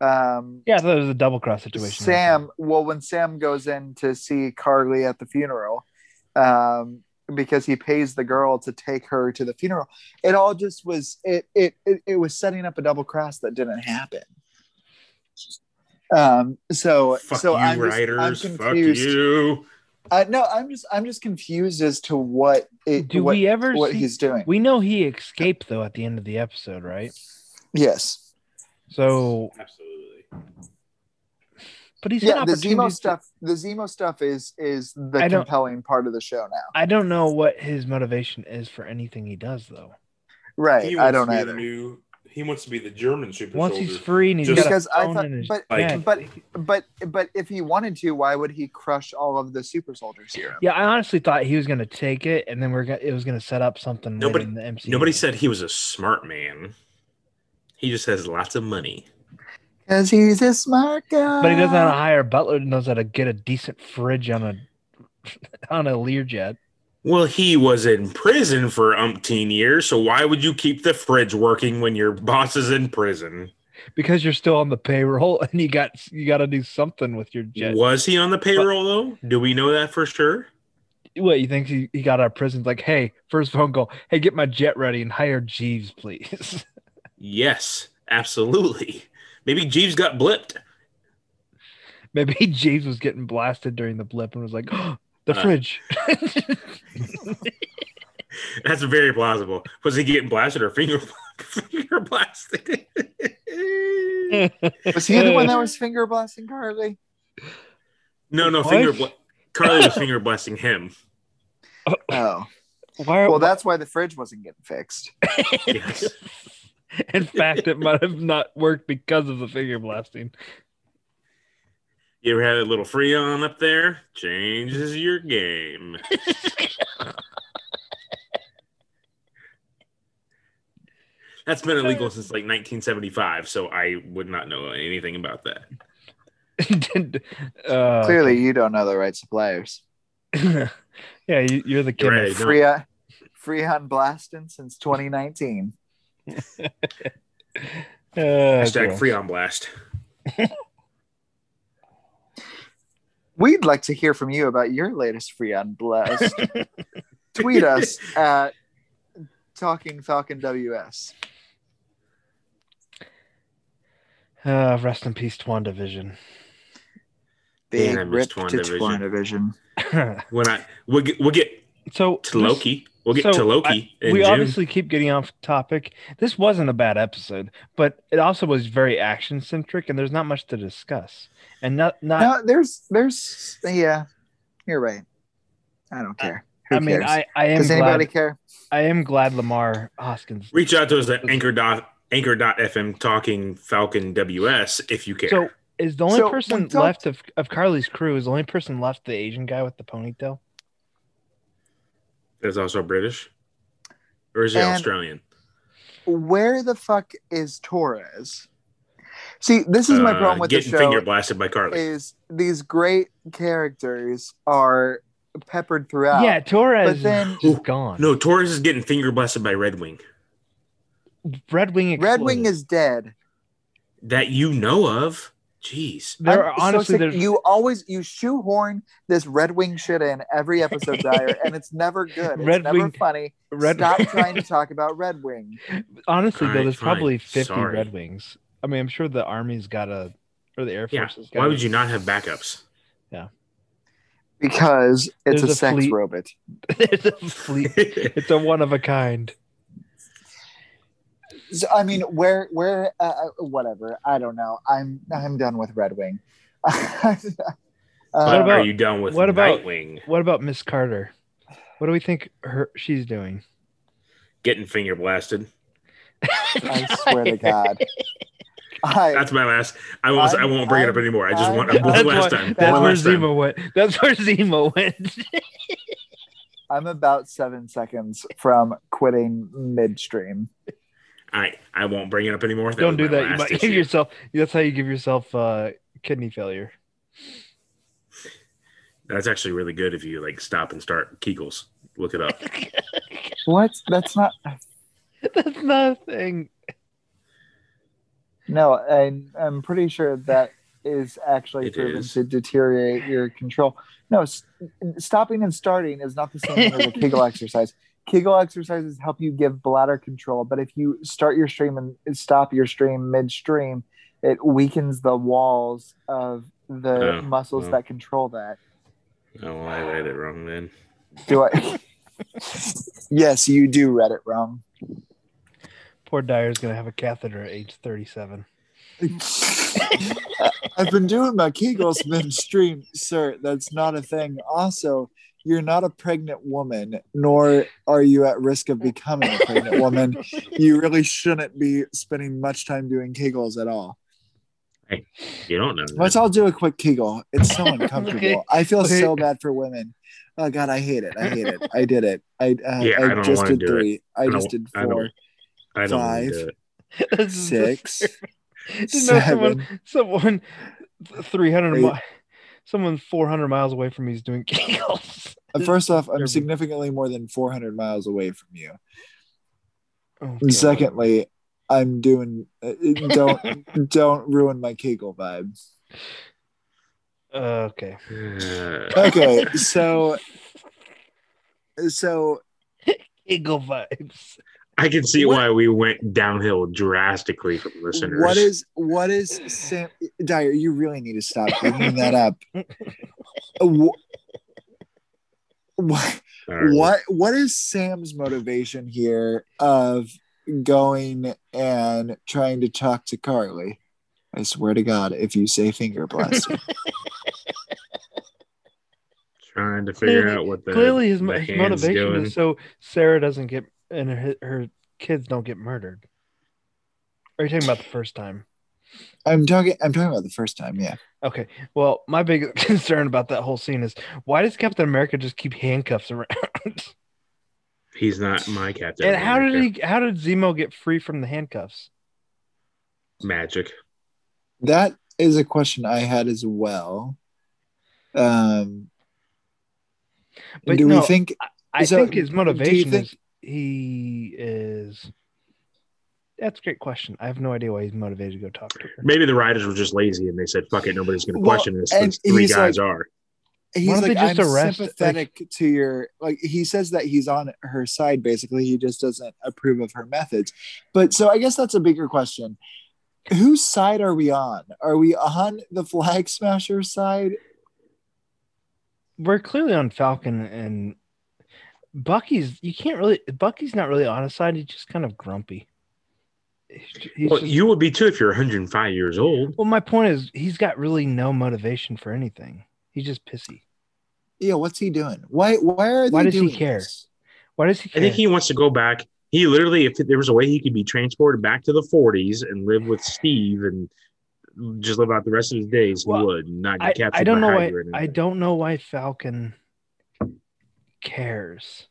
Speaker 3: um
Speaker 1: Yeah, I thought it was a double cross situation.
Speaker 3: Sam, well, when Sam goes in to see Carly at the funeral, um, because he pays the girl to take her to the funeral. It all just was it it it, it was setting up a double cross that didn't happen. Um. So
Speaker 2: Fuck
Speaker 3: so
Speaker 2: you,
Speaker 3: I'm just- I'm
Speaker 2: writers. Fuck
Speaker 3: confused.
Speaker 2: you.
Speaker 3: I, no, I'm just I'm just confused as to what it
Speaker 1: Do
Speaker 3: what,
Speaker 1: we ever
Speaker 3: what
Speaker 1: see-
Speaker 3: he's doing.
Speaker 1: We know he escaped though at the end of the episode, right?
Speaker 3: yes.
Speaker 1: So,
Speaker 2: Absolutely.
Speaker 1: but he's
Speaker 3: Yeah,
Speaker 1: an
Speaker 3: the Zemo
Speaker 1: opportunity.
Speaker 3: stuff. The Zemo stuff is is the
Speaker 1: I don't-
Speaker 3: compelling part of the show now.
Speaker 1: I don't know what his motivation is for anything he does though.
Speaker 3: Right.
Speaker 4: He
Speaker 3: I
Speaker 4: wants
Speaker 3: don't
Speaker 4: to be
Speaker 3: either.
Speaker 4: The new, he wants to be the German super
Speaker 1: Once
Speaker 4: soldier.
Speaker 1: he's free and he's
Speaker 2: Just-
Speaker 1: got
Speaker 3: because
Speaker 1: a
Speaker 3: I
Speaker 1: phone
Speaker 3: thought,
Speaker 1: in his
Speaker 3: but
Speaker 1: yeah.
Speaker 3: but but but if he wanted to, why would he crush all of the super soldier serum?
Speaker 1: yeah, I honestly thought he was gonna take it, and then we're gonna it was gonna set up something. later
Speaker 2: Nobody-
Speaker 1: in the MCU.
Speaker 2: Nobody said he was a smart man. He just has lots of money.
Speaker 3: Because he's a smart guy.
Speaker 1: But he doesn't know
Speaker 3: Uh.
Speaker 1: how to hire a butler. and Knows how to get a decent fridge on a on a Learjet.
Speaker 2: Well, he was in prison for umpteen years, so why would you keep the fridge working when your boss is in prison?
Speaker 1: because you're still on the payroll and you got you got to do something with your jet. What,
Speaker 2: Was he on the payroll though? Do we know that for sure?
Speaker 1: you think he, he got out of prison? Like, hey, first phone call, hey, get my jet ready and hire Jeeves, please.
Speaker 2: Yes, absolutely. Maybe Jeeves got blipped.
Speaker 1: Maybe Jeeves was getting blasted during the blip and was like, oh, the
Speaker 2: Uh.
Speaker 1: fridge.
Speaker 2: That's very plausible. Was he getting blasted or finger finger blasted?
Speaker 3: Was he the one that was finger blasting Carly?
Speaker 2: no, no,
Speaker 1: What?
Speaker 2: finger. Bl- Carly was finger blasting him.
Speaker 3: Oh,
Speaker 1: Why?
Speaker 3: well, that's why the fridge wasn't getting fixed.
Speaker 2: Yes.
Speaker 1: In fact, it might have not worked because of the finger blasting.
Speaker 2: You ever had a little Freon up there? Changes your game. That's been illegal since like 1975, so I would not know anything about that.
Speaker 1: Didn't- uh,
Speaker 3: Clearly, you don't know the right suppliers.
Speaker 1: yeah, you, you're the kid.
Speaker 2: You're right. I don't.
Speaker 3: Freon, Freon blasting uh, since 2019.
Speaker 1: Uh,
Speaker 2: Hashtag
Speaker 1: gross.
Speaker 2: Freon Blast.
Speaker 3: We'd like to hear from you about your latest Freon blast. Tweet us at Talking Falcon WS.
Speaker 1: Uh, rest in peace, Twan Division.
Speaker 3: Big
Speaker 2: Man, I miss
Speaker 3: rip to
Speaker 2: WandaVision.
Speaker 3: WandaVision.
Speaker 2: When I we'll get, we'll get
Speaker 1: so
Speaker 2: to Loki. We'll get
Speaker 1: So,
Speaker 2: to Loki in
Speaker 1: we
Speaker 2: June.
Speaker 1: obviously keep getting off topic. This wasn't a bad episode, but it also was very action centric, and there's not much to discuss. And not, not.
Speaker 3: No, there's, there's, yeah, you're right. I don't care. Who
Speaker 1: I mean,
Speaker 3: cares?
Speaker 1: I, I am
Speaker 3: Does
Speaker 1: glad.
Speaker 3: anybody care?
Speaker 1: I am glad Lamar Hoskins.
Speaker 2: Reach out to us at anchor dot anchor.fm talking Falcon WS if you care.
Speaker 1: So is the only
Speaker 3: So,
Speaker 1: person
Speaker 3: we talked-
Speaker 1: left of of Carly's crew is the only person left the Asian guy with the ponytail.
Speaker 2: There's also British. Or is he
Speaker 3: And-
Speaker 2: Australian?
Speaker 3: Where the fuck is Torres? See, this is my
Speaker 2: Uh,
Speaker 3: problem with the
Speaker 2: getting
Speaker 3: show.
Speaker 2: finger blasted by Carly.
Speaker 3: is these great characters are peppered throughout.
Speaker 1: Yeah, Torres
Speaker 3: But then-
Speaker 1: is just gone.
Speaker 2: No, Torres is getting finger blasted by Red Wing.
Speaker 1: Red Wing.
Speaker 3: Red Wing
Speaker 1: exploded.
Speaker 3: is dead.
Speaker 2: That you know of. Jeez.
Speaker 1: There
Speaker 3: I'm
Speaker 1: are
Speaker 3: so
Speaker 1: honestly
Speaker 3: sick-
Speaker 1: there's
Speaker 3: you always you shoehorn this Red Wing shit in every episode, Dyer, and it's never good. It's
Speaker 1: Red
Speaker 3: never
Speaker 1: Wing-
Speaker 3: funny.
Speaker 1: Red
Speaker 3: Stop trying to talk about Red Wing.
Speaker 1: Honestly, though,
Speaker 2: Alright,
Speaker 1: there's
Speaker 2: fine.
Speaker 1: probably 50
Speaker 2: Sorry.
Speaker 1: Red Wings. I mean, I'm sure the Army's got a, or the Air
Speaker 2: Yeah.
Speaker 1: Force has got
Speaker 2: Why
Speaker 1: a-
Speaker 2: would you not have backups?
Speaker 3: Because it's
Speaker 1: There's
Speaker 3: a,
Speaker 1: a
Speaker 3: sex
Speaker 1: fleet.
Speaker 3: robot.
Speaker 1: There's a
Speaker 3: Uh,
Speaker 1: fleet. It's a one of a kind.
Speaker 3: So, I mean, where, where, uh, uh, whatever. I don't know. I'm, I'm done with Red Wing. Um, Uh,
Speaker 2: But
Speaker 1: about-
Speaker 2: are you done with
Speaker 1: what about-
Speaker 2: Nightwing
Speaker 1: What about Miss Carter? What do we think her she's doing?
Speaker 2: getting finger blasted?
Speaker 3: I swear to God. I,
Speaker 2: That's my last. I won't. I
Speaker 3: I'm-
Speaker 2: won't bring it up
Speaker 3: I'm-
Speaker 2: anymore. I just
Speaker 3: I'm-
Speaker 2: want. I want the
Speaker 1: That's,
Speaker 2: last
Speaker 1: why-
Speaker 2: time.
Speaker 1: that's
Speaker 2: One
Speaker 1: where
Speaker 2: last time.
Speaker 1: Zemo went. That's where Zemo went.
Speaker 3: I'm about seven seconds from quitting midstream.
Speaker 2: All right. I won't bring it up anymore. That
Speaker 1: Don't
Speaker 2: was
Speaker 1: do that.
Speaker 2: my
Speaker 1: You
Speaker 2: last
Speaker 1: might give
Speaker 2: issue.
Speaker 1: yourself. That's how you give yourself uh, kidney failure.
Speaker 2: That's actually really good if you like stop and start Kegels. Look it up.
Speaker 3: What? That's not.
Speaker 1: That's nothing.
Speaker 3: No, I'm, I'm pretty sure that is actually
Speaker 2: It
Speaker 3: proven
Speaker 2: is.
Speaker 3: to deteriorate your control. No, s- stopping and starting is not the same thing as a Kegel exercise. Kegel exercises help you give bladder control, but if you start your stream and stop your stream midstream, it weakens the walls of the
Speaker 2: Oh,
Speaker 3: muscles
Speaker 2: well.
Speaker 3: that control that.
Speaker 2: Oh, well, I read it wrong then.
Speaker 3: Do I? yes, you do read it wrong.
Speaker 1: Poor Dyer's gonna have a catheter at age 37.
Speaker 3: I've been doing my Kegels midstream, sir. That's not a thing. Also, you're not a pregnant woman, nor are you at risk of becoming a pregnant woman. You really shouldn't be spending much time doing Kegels at all.
Speaker 2: You don't know. that.
Speaker 3: Let's all do a quick Kegel. It's so uncomfortable.
Speaker 1: Okay.
Speaker 3: I feel
Speaker 1: Okay.
Speaker 3: so bad for women. Oh God, I hate it. I hate it. I did it. I uh,
Speaker 2: Yeah,
Speaker 3: I,
Speaker 2: I don't
Speaker 3: just
Speaker 2: wanna
Speaker 3: did
Speaker 2: do it.
Speaker 3: three. I,
Speaker 2: I
Speaker 3: just
Speaker 2: don't-
Speaker 3: did
Speaker 2: I don't-
Speaker 3: four,
Speaker 2: I don't wanna
Speaker 3: Five.
Speaker 2: do it.
Speaker 1: This is just-
Speaker 3: six,
Speaker 1: Didn't know someone-
Speaker 3: seven.
Speaker 1: someone 300
Speaker 3: Eight.
Speaker 1: mi- someone 400 miles away from me is doing kegels
Speaker 3: Uh, First off, I'm
Speaker 1: Every-
Speaker 3: significantly more than 400 miles away from you.
Speaker 1: Oh,
Speaker 3: And
Speaker 1: God.
Speaker 3: secondly, I'm doing uh, don't don't ruin my Kegel vibes.
Speaker 1: Uh, okay
Speaker 2: Uh,
Speaker 3: Okay, so so
Speaker 1: kegel vibes
Speaker 2: I can see
Speaker 3: What-
Speaker 2: why we went downhill drastically from listeners.
Speaker 3: what is what is Sam Dyer? You really need to stop bringing that up. What,
Speaker 2: Sorry.
Speaker 3: what what is Sam's motivation here of going and trying to talk to Carly? I swear to God, if you say finger blaster,
Speaker 2: Trying to figure
Speaker 1: Clearly-
Speaker 2: out what the
Speaker 1: clearly his, mo-
Speaker 2: the
Speaker 1: his
Speaker 2: hand's
Speaker 1: motivation
Speaker 2: doing.
Speaker 1: is so sarah doesn't get and her, her kids don't get murdered are you talking about the first time
Speaker 3: I'm talking. I'm talking about the first time. Yeah.
Speaker 1: okay well my big concern about that whole scene is why does captain america just keep handcuffs around
Speaker 2: He's not my captain.
Speaker 1: and how
Speaker 2: America.
Speaker 1: did he how did zemo get free from the handcuffs
Speaker 2: magic?
Speaker 3: That is a question I had as well. Um,
Speaker 1: But
Speaker 3: do
Speaker 1: no,
Speaker 3: we think
Speaker 1: I
Speaker 3: So,
Speaker 1: think his
Speaker 3: do you
Speaker 1: motivation
Speaker 3: think-
Speaker 1: is he is. That's a great question. I have no idea why he's motivated to go talk to her.
Speaker 2: Maybe the riders were just lazy and they said, "Fuck it, nobody's going to
Speaker 3: Well,
Speaker 2: question this."
Speaker 3: and
Speaker 2: These three
Speaker 3: he's
Speaker 2: guys are.
Speaker 1: Why
Speaker 3: he's
Speaker 1: don't
Speaker 3: like
Speaker 1: they just
Speaker 3: I'm
Speaker 1: arrest,
Speaker 3: sympathetic to your like he says that he's on her side basically he just doesn't approve of her methods. But so I guess that's a bigger question. Whose side are we on? Are we on the flag smasher side?
Speaker 1: We're clearly on Falcon and Bucky's. You can't really. Bucky's not really on his side. He's just kind of grumpy. He's, he's
Speaker 2: Well,
Speaker 1: just-
Speaker 2: you would be too if you're 105 years old.
Speaker 1: well, my point is, he's got really no motivation for anything. He's just pissy.
Speaker 3: Yeah, what's he doing? Why why are they
Speaker 1: Why does he
Speaker 3: doing
Speaker 1: care?
Speaker 3: this?
Speaker 1: Why does he
Speaker 2: I
Speaker 1: care?
Speaker 2: think he wants to go back. He literally, if there was a way he could be transported back to the 40s and live with Steve and just live out the rest of his days,
Speaker 1: Well,
Speaker 2: he would not
Speaker 1: I,
Speaker 2: get captured.
Speaker 1: I don't
Speaker 2: by
Speaker 1: know why.
Speaker 2: Hydra
Speaker 1: I
Speaker 2: and everything.
Speaker 1: don't know why Falcon cares.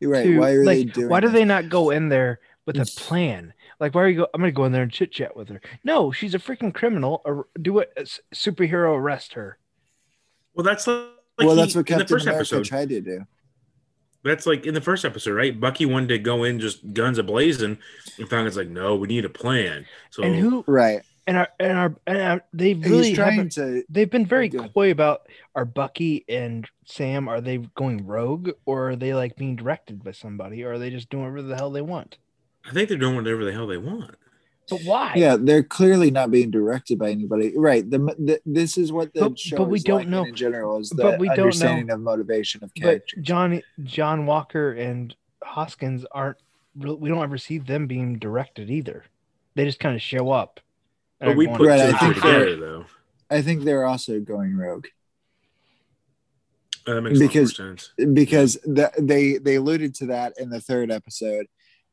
Speaker 3: You're right.
Speaker 1: to-
Speaker 3: why are
Speaker 1: like,
Speaker 3: they doing
Speaker 1: why do
Speaker 3: this?
Speaker 1: they not go in there with a plan like why are you go i'm gonna go in there and chit chat with her no she's a freaking criminal or do it s- superhero arrest her
Speaker 2: Well, that's like
Speaker 3: well,
Speaker 2: he-
Speaker 3: that's what
Speaker 2: in the
Speaker 3: Captain
Speaker 2: first
Speaker 3: America
Speaker 2: episode.
Speaker 3: tried to do.
Speaker 2: That's like in the first episode, right? Bucky wanted to go in just guns a blazing, and Falcon's like, "No, we need a plan." So
Speaker 1: and who
Speaker 3: Right.
Speaker 1: and our and our and our, they
Speaker 3: He's
Speaker 1: really
Speaker 3: trying
Speaker 1: haven't,
Speaker 3: to
Speaker 1: they've been very
Speaker 3: Good.
Speaker 1: coy about are bucky and sam are they going rogue or are they like being directed by somebody or are they just doing whatever the hell they want
Speaker 2: I think they're doing whatever the hell they want.
Speaker 1: but why
Speaker 3: yeah they're clearly not being directed by anybody right the, the this is what the
Speaker 1: But-
Speaker 3: show
Speaker 1: but we
Speaker 3: is
Speaker 1: don't
Speaker 3: lacking
Speaker 1: know.
Speaker 3: in general is the
Speaker 1: But we don't know.
Speaker 3: understanding of motivation of
Speaker 1: but
Speaker 3: character
Speaker 1: John John Walker and Hoskins aren't. real- We don't ever see them being directed either. They just kind of show up. and
Speaker 2: But
Speaker 1: are
Speaker 2: we
Speaker 1: going-
Speaker 2: put
Speaker 3: Right,
Speaker 2: two
Speaker 3: I
Speaker 2: and two
Speaker 3: think
Speaker 2: together though.
Speaker 3: i think they're also going rogue
Speaker 2: Uh, that makes
Speaker 3: Because-
Speaker 2: a lot more sense.
Speaker 3: because the, they they alluded to that in the third episode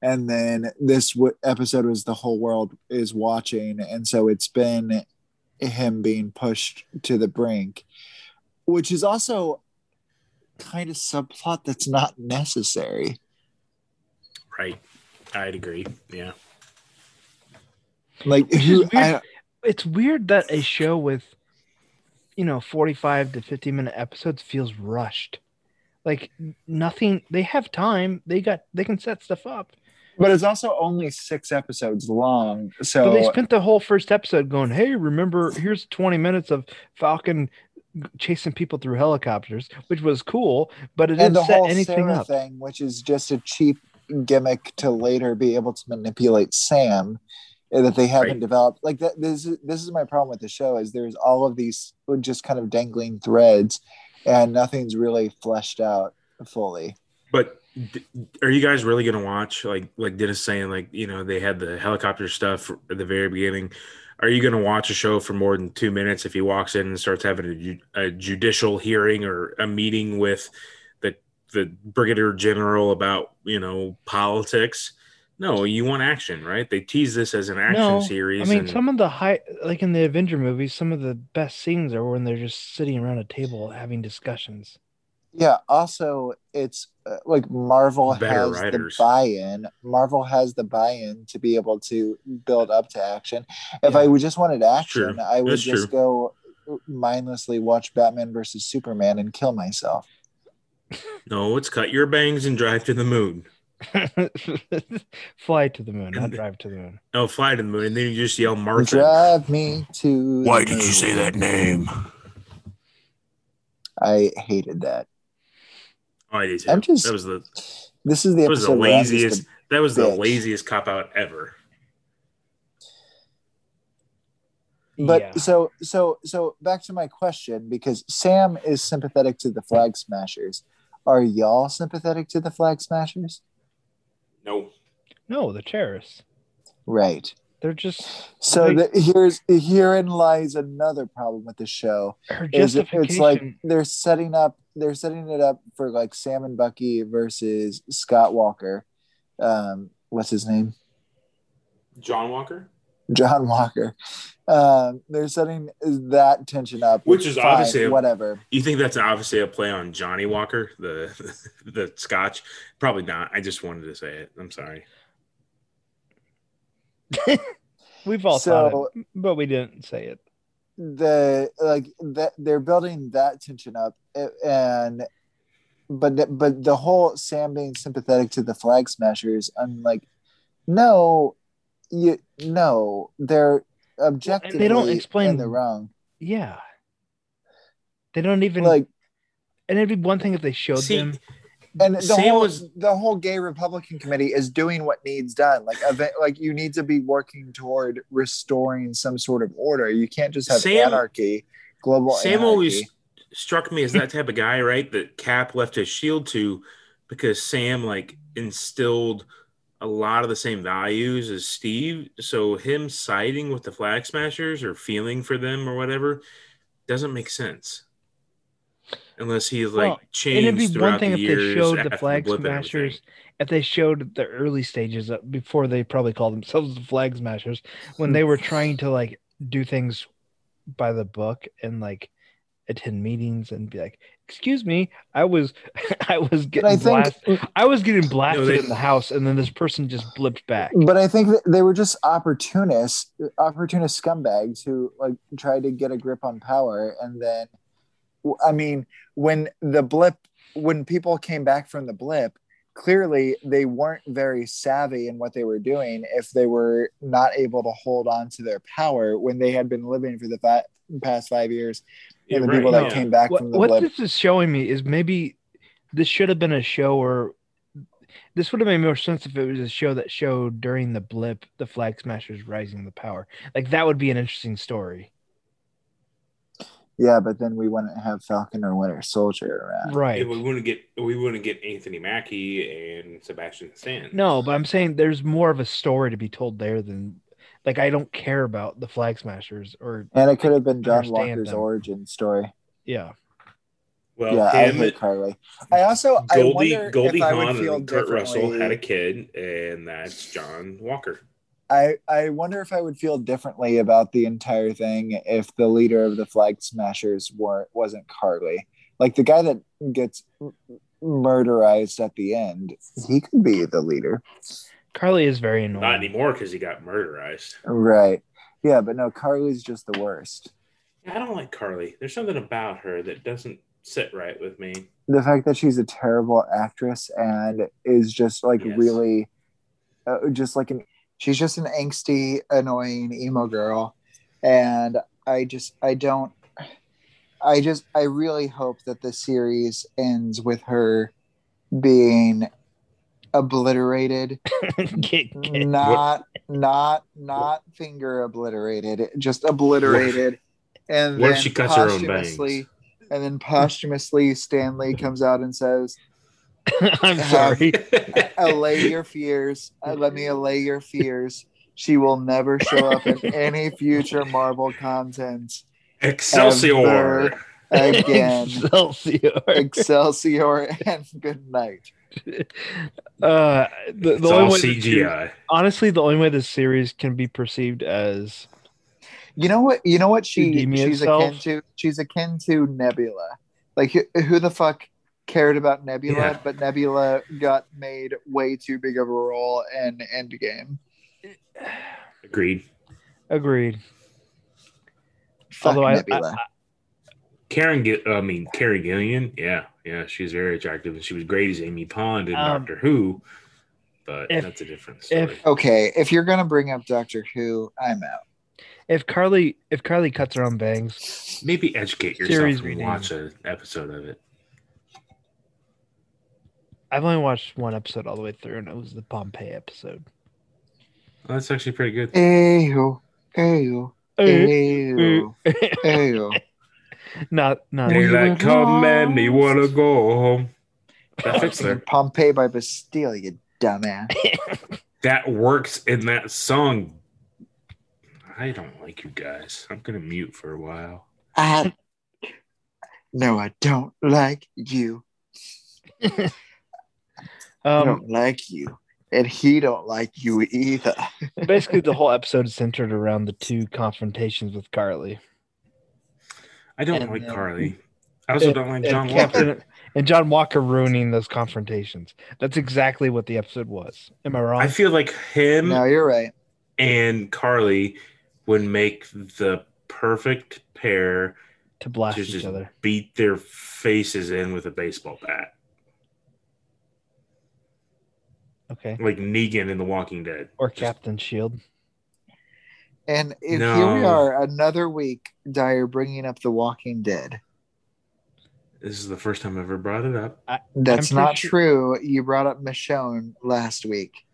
Speaker 3: and then this w- episode was the whole world is watching and so it's been him being pushed to the brink which is also kind of subplot that's not necessary
Speaker 2: Right. I'd agree. Yeah.
Speaker 3: like
Speaker 1: Which is
Speaker 3: who,
Speaker 1: weird.
Speaker 3: I,
Speaker 1: it's weird that a show with, you know, forty-five to fifty-minute episodes feels rushed. Like nothing. They have time. They got. They can set stuff up.
Speaker 3: But it's also only six episodes long. So
Speaker 1: But they spent the whole first episode going, "Hey, remember? Here's 20 minutes of Falcon chasing people through helicopters," which was cool, but it
Speaker 3: and
Speaker 1: didn't
Speaker 3: the
Speaker 1: set
Speaker 3: whole
Speaker 1: anything
Speaker 3: Sarah
Speaker 1: up.
Speaker 3: thing, which is just a cheap gimmick to later be able to manipulate Sam uh, that they haven't
Speaker 2: Right.
Speaker 3: developed. Like that, this is this is my problem with the show is there's all of these just kind of dangling threads, and nothing's really fleshed out fully.
Speaker 2: But d- are you guys really going to watch like like Dennis saying like you know they had the helicopter stuff at the very beginning? Are you going to watch a show for more than two minutes if he walks in and starts having a, ju- a judicial hearing or a meeting with the the brigadier general about you know politics? No, you want action, right? They tease this as an action
Speaker 1: No, I
Speaker 2: series.
Speaker 1: mean,
Speaker 2: and-
Speaker 1: some of the high, like in the Avenger movies, some of the best scenes are when they're just sitting around a table having discussions.
Speaker 3: Yeah. Also, it's uh, like Marvel
Speaker 2: Better
Speaker 3: has
Speaker 2: writers.
Speaker 3: the buy-in. Marvel has the buy-in to be able to build up to action. If
Speaker 1: Yeah.
Speaker 3: I would just wanted action,
Speaker 2: true.
Speaker 3: I would
Speaker 2: That's
Speaker 3: just go uh, mindlessly watch Batman versus Superman and kill myself.
Speaker 2: no, it's cut your bangs and drive to the moon.
Speaker 1: Fly to the moon, not
Speaker 2: And-
Speaker 1: drive to the moon.
Speaker 2: No, fly to the moon, and then you just yell Martha. Oh,
Speaker 3: Drive me to. the moon.
Speaker 4: name?
Speaker 3: I hated that.
Speaker 2: Oh, I did too.
Speaker 3: I'm just-
Speaker 2: that was the
Speaker 3: This is the
Speaker 2: That was the
Speaker 3: episode. where I'm just
Speaker 2: laziest. That was the
Speaker 3: bitch.
Speaker 2: laziest cop out ever.
Speaker 3: a- but
Speaker 1: yeah.
Speaker 3: so so so back to my question because Sam is sympathetic to the Flag Smashers. Are y'all sympathetic to the Flag Smashers?
Speaker 4: No.
Speaker 1: no, the terrorists.
Speaker 3: Right.
Speaker 1: They're just
Speaker 3: So
Speaker 1: Like-
Speaker 3: the, here's herein lies another problem with the show.
Speaker 1: her
Speaker 3: Is it-
Speaker 1: justification.
Speaker 3: it's like they're setting up they're setting it up for like Sam and Bucky versus Scott Walker. Um, what's his name?
Speaker 4: John Walker?
Speaker 3: John Walker. Um, they're setting that tension up,
Speaker 2: Which is obviously a-
Speaker 3: whatever.
Speaker 2: You think that's obviously a play on Johnny Walker, the the Scotch? Probably not. I just wanted to say it. I'm sorry.
Speaker 1: We've all
Speaker 3: So-
Speaker 1: thought it, but we didn't say it.
Speaker 3: the like that they're building that tension up uh, and but the- but the whole sam being sympathetic to the flag smashers i'm like no you no they're objectively
Speaker 1: explain-
Speaker 3: they're wrong
Speaker 1: Yeah. They don't even
Speaker 3: like
Speaker 1: and it'd be one thing if they showed
Speaker 2: See,
Speaker 1: them.
Speaker 3: and the
Speaker 2: Sam
Speaker 3: whole
Speaker 2: was-
Speaker 3: the whole gay Republican committee is doing what needs done. Like, event, like you need to be working toward restoring some sort of order. You can't just have
Speaker 2: Sam-
Speaker 3: anarchy, global.
Speaker 2: Sam
Speaker 3: anarchy.
Speaker 2: always struck me as that type of guy, right? That Cap left his shield to because Sam like instilled a lot of the same values as Steve. So him siding with the Flag Smashers or feeling for them or whatever doesn't make sense. Unless he's like
Speaker 1: Well,
Speaker 2: changed
Speaker 1: and it'd be
Speaker 2: throughout
Speaker 1: one thing
Speaker 2: the
Speaker 1: if
Speaker 2: years
Speaker 1: they showed
Speaker 2: after
Speaker 1: the flag
Speaker 2: blip and
Speaker 1: smashers
Speaker 2: everything.
Speaker 1: if they showed the early stages of, before they probably called themselves the flag smashers when they
Speaker 2: Hmm.
Speaker 1: were trying to like do things by the book and like attend meetings and be like excuse me i was i was
Speaker 3: But I
Speaker 1: getting
Speaker 3: think
Speaker 1: blasted i was getting blasted
Speaker 2: they-
Speaker 1: in the house and then this person just blipped back
Speaker 3: but I think that they were just opportunists, opportunist scumbags who like tried to get a grip on power, and then, I mean, when the blip, when people came back from the blip, clearly they weren't very savvy in what they were doing if they were not able to hold on to their power when they had been living for the fa- past five years,
Speaker 2: Yeah,
Speaker 3: and the
Speaker 2: right,
Speaker 3: people
Speaker 2: yeah.
Speaker 3: that came back
Speaker 1: what,
Speaker 3: from the
Speaker 1: what
Speaker 3: blip.
Speaker 1: this is showing me is maybe this should have been a show or this would have made more sense if it was a show that showed during the blip the flag smashers rising to power like that would be an interesting story
Speaker 3: Yeah, but then we wouldn't have Falcon or Winter Soldier around.
Speaker 1: right
Speaker 4: And we wouldn't get we wouldn't get Anthony Mackie and Sebastian Stan.
Speaker 1: no but i'm saying there's more of a story to be told there than like i don't care about the flag smashers or
Speaker 3: And it could have been John
Speaker 1: Understand
Speaker 3: Walker's
Speaker 1: them.
Speaker 3: origin story.
Speaker 1: yeah
Speaker 4: Well,
Speaker 3: yeah, I
Speaker 4: him,
Speaker 3: hate Carly. I also I
Speaker 4: Goldie,
Speaker 3: wonder
Speaker 4: Goldie
Speaker 3: if I would
Speaker 4: Hawn,
Speaker 3: feel
Speaker 4: and Kurt Russell
Speaker 3: differently.
Speaker 4: had a kid, and that's John Walker.
Speaker 3: I I wonder if I would feel differently about the entire thing if the leader of the Flag Smashers weren't wasn't Carly. Like the guy that gets m- murderized at the end, he could be the leader,
Speaker 1: carly is very annoying
Speaker 4: Not anymore because he got murderized.
Speaker 3: right? Yeah, but no, Carly's just the worst.
Speaker 4: I don't like Carly. There's something about her that doesn't sit right with me.
Speaker 3: The fact that she's a terrible actress and is just like
Speaker 4: Yes.
Speaker 3: really uh, just like an she's just an angsty, annoying emo girl, and I just I don't. I just I really hope that the series ends with her being obliterated
Speaker 1: Get-
Speaker 3: Mm.
Speaker 1: get-
Speaker 3: not not not finger obliterated just obliterated and
Speaker 2: What
Speaker 3: then
Speaker 2: if she cuts her own
Speaker 3: posthumously- and then posthumously stanley comes out and says
Speaker 1: I'm sorry.
Speaker 3: allay your fears Uh, let me allay your fears she will never show up in any future marvel content
Speaker 2: Excelsior.
Speaker 3: again
Speaker 1: Excelsior.
Speaker 3: excelsior and good night
Speaker 1: Uh, the,
Speaker 2: It's
Speaker 1: the only
Speaker 2: all
Speaker 1: way this series-
Speaker 2: CGI.
Speaker 1: honestly, the only way this series can be perceived as
Speaker 3: You know what? You know what she
Speaker 1: Redeem
Speaker 3: she's akin
Speaker 1: yourself.
Speaker 3: to. She's akin to Nebula. Like who, who the fuck cared about Nebula?
Speaker 2: Yeah.
Speaker 3: But Nebula got made way too big of a role in Endgame.
Speaker 2: Agreed.
Speaker 1: agreed.
Speaker 3: Fuck
Speaker 1: Although I-
Speaker 3: Nebula.
Speaker 2: Karen, Gi- I mean Carrie Gillian. Yeah, yeah, she's very attractive, and she was great as Amy Pond in
Speaker 1: Um,
Speaker 2: Doctor Who. But
Speaker 1: if-
Speaker 2: that's a different story.
Speaker 1: if-
Speaker 3: okay, if you're gonna bring up Doctor Who, I'm out.
Speaker 1: If Carly, if Carly cuts her own bangs,
Speaker 2: Maybe educate
Speaker 1: Series
Speaker 2: yourself and
Speaker 1: reading.
Speaker 2: watch an episode of it.
Speaker 1: I've only watched one episode all the way through, and it was the Pompeii episode.
Speaker 2: Well, that's actually pretty good.
Speaker 3: Ew, ew,
Speaker 1: Eh,
Speaker 3: ew, ew.
Speaker 1: not, not.
Speaker 2: They
Speaker 3: We
Speaker 2: like
Speaker 1: Mm-hmm.
Speaker 3: were
Speaker 2: come man, they wanna go home. That fits
Speaker 3: Singing
Speaker 2: there.
Speaker 3: Pompeii by Bastille, you dumbass.
Speaker 2: That works in that song. I don't like you guys. I'm gonna mute for a while.
Speaker 3: I no, I don't like you. I
Speaker 1: Um,
Speaker 3: don't like you, and he don't like you either.
Speaker 1: basically, the whole episode is centered around the two confrontations with Carly
Speaker 2: I don't
Speaker 3: And
Speaker 2: like
Speaker 3: then-
Speaker 2: Carly. I
Speaker 1: uh,
Speaker 2: also
Speaker 1: and-
Speaker 2: don't like
Speaker 1: and
Speaker 2: John
Speaker 1: Captain-
Speaker 2: Walker.
Speaker 1: and John Walker ruining those confrontations. That's exactly what the episode was. Am I wrong?
Speaker 2: I feel like him
Speaker 3: No, you're right.
Speaker 2: and Carly would make the perfect pair
Speaker 1: to blast
Speaker 2: to
Speaker 1: each
Speaker 2: just
Speaker 1: other.
Speaker 2: beat their faces in with a baseball bat,
Speaker 1: Okay.
Speaker 2: like Negan in The Walking Dead.
Speaker 1: Or
Speaker 2: Just-
Speaker 1: Captain Shield.
Speaker 3: And if here we
Speaker 2: No.
Speaker 3: are another week, Dyer bringing up The Walking Dead.
Speaker 2: This is the first time I've ever brought it up.
Speaker 3: That's
Speaker 1: I'm pretty
Speaker 3: not
Speaker 1: sure-
Speaker 3: true. You brought up Michonne last week.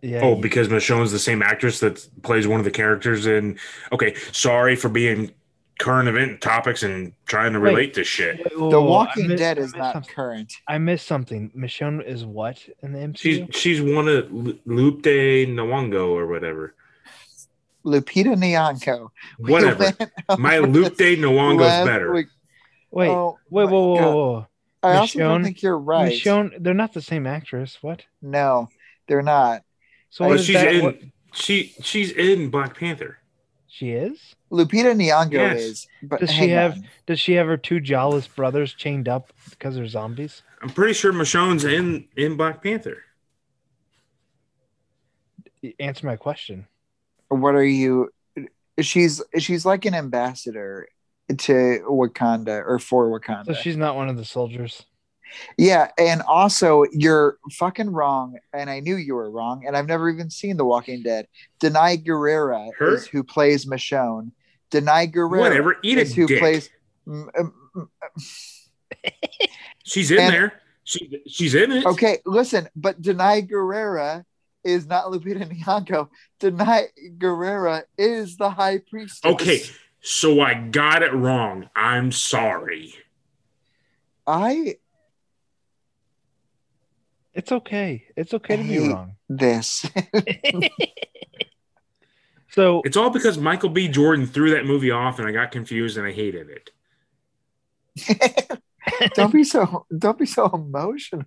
Speaker 1: Yeah.
Speaker 2: Oh, because Michonne's the same actress that plays one of the characters in. Okay, sorry for being current event topics and trying to
Speaker 1: Wait.
Speaker 2: relate to shit.
Speaker 1: Wait, whoa,
Speaker 3: the
Speaker 1: whoa, Oh,
Speaker 3: Walking
Speaker 1: I missed-
Speaker 3: Dead
Speaker 1: I
Speaker 3: is
Speaker 1: missed
Speaker 3: not
Speaker 1: something.
Speaker 3: current.
Speaker 1: I missed something. Michonne is what in the MCU?
Speaker 2: She's she's one of Lu- Lupe Nyong'o or whatever.
Speaker 3: Lupita Nyong'o. We
Speaker 2: Whatever.
Speaker 3: went over
Speaker 2: My
Speaker 3: this
Speaker 2: Lupe Nyong'o's
Speaker 3: last
Speaker 2: better.
Speaker 3: week.
Speaker 1: wait,
Speaker 3: Oh,
Speaker 1: wait, whoa,
Speaker 3: my
Speaker 1: whoa,
Speaker 3: God.
Speaker 1: whoa, whoa.
Speaker 3: I also don't
Speaker 1: Michonne-
Speaker 3: think you're right.
Speaker 1: Michonne, they're not the same actress. What?
Speaker 3: No, they're not.
Speaker 1: So
Speaker 3: But
Speaker 1: what is
Speaker 2: But Oh, she's
Speaker 1: that?
Speaker 2: in
Speaker 1: What-
Speaker 2: she she's in Black Panther.
Speaker 1: she is.
Speaker 3: Lupita Nyong'o
Speaker 2: Yes.
Speaker 3: is. But
Speaker 1: Does she
Speaker 3: hang
Speaker 1: have-
Speaker 3: on.
Speaker 1: Does she have her two jawless brothers chained up because they're zombies?
Speaker 2: I'm pretty sure Michonne's in in Black Panther.
Speaker 1: E, Answer my question.
Speaker 3: what are you she's she's like an ambassador to wakanda or for wakanda
Speaker 1: So she's not one of the soldiers.
Speaker 3: yeah and also you're fucking wrong and i knew you were wrong and i've never even seen the walking dead denai guerrera
Speaker 2: Her?
Speaker 3: is who plays michonne denai guerrera
Speaker 2: Whatever, eat a
Speaker 3: is who
Speaker 2: dick.
Speaker 3: plays mm, mm, mm.
Speaker 2: she's in
Speaker 3: And-
Speaker 2: there. She she's in it.
Speaker 3: okay listen but denai guerrera is not lupita nyong'o denai guerrera is the high priestess
Speaker 2: Okay, so I got it wrong. I'm sorry.
Speaker 3: i
Speaker 1: It's okay. It's okay to be
Speaker 3: Hey.
Speaker 1: wrong.
Speaker 3: this
Speaker 1: So
Speaker 2: It's all because Michael B. Jordan threw that movie off, and I got confused and I hated it.
Speaker 3: don't be so don't be so emotional.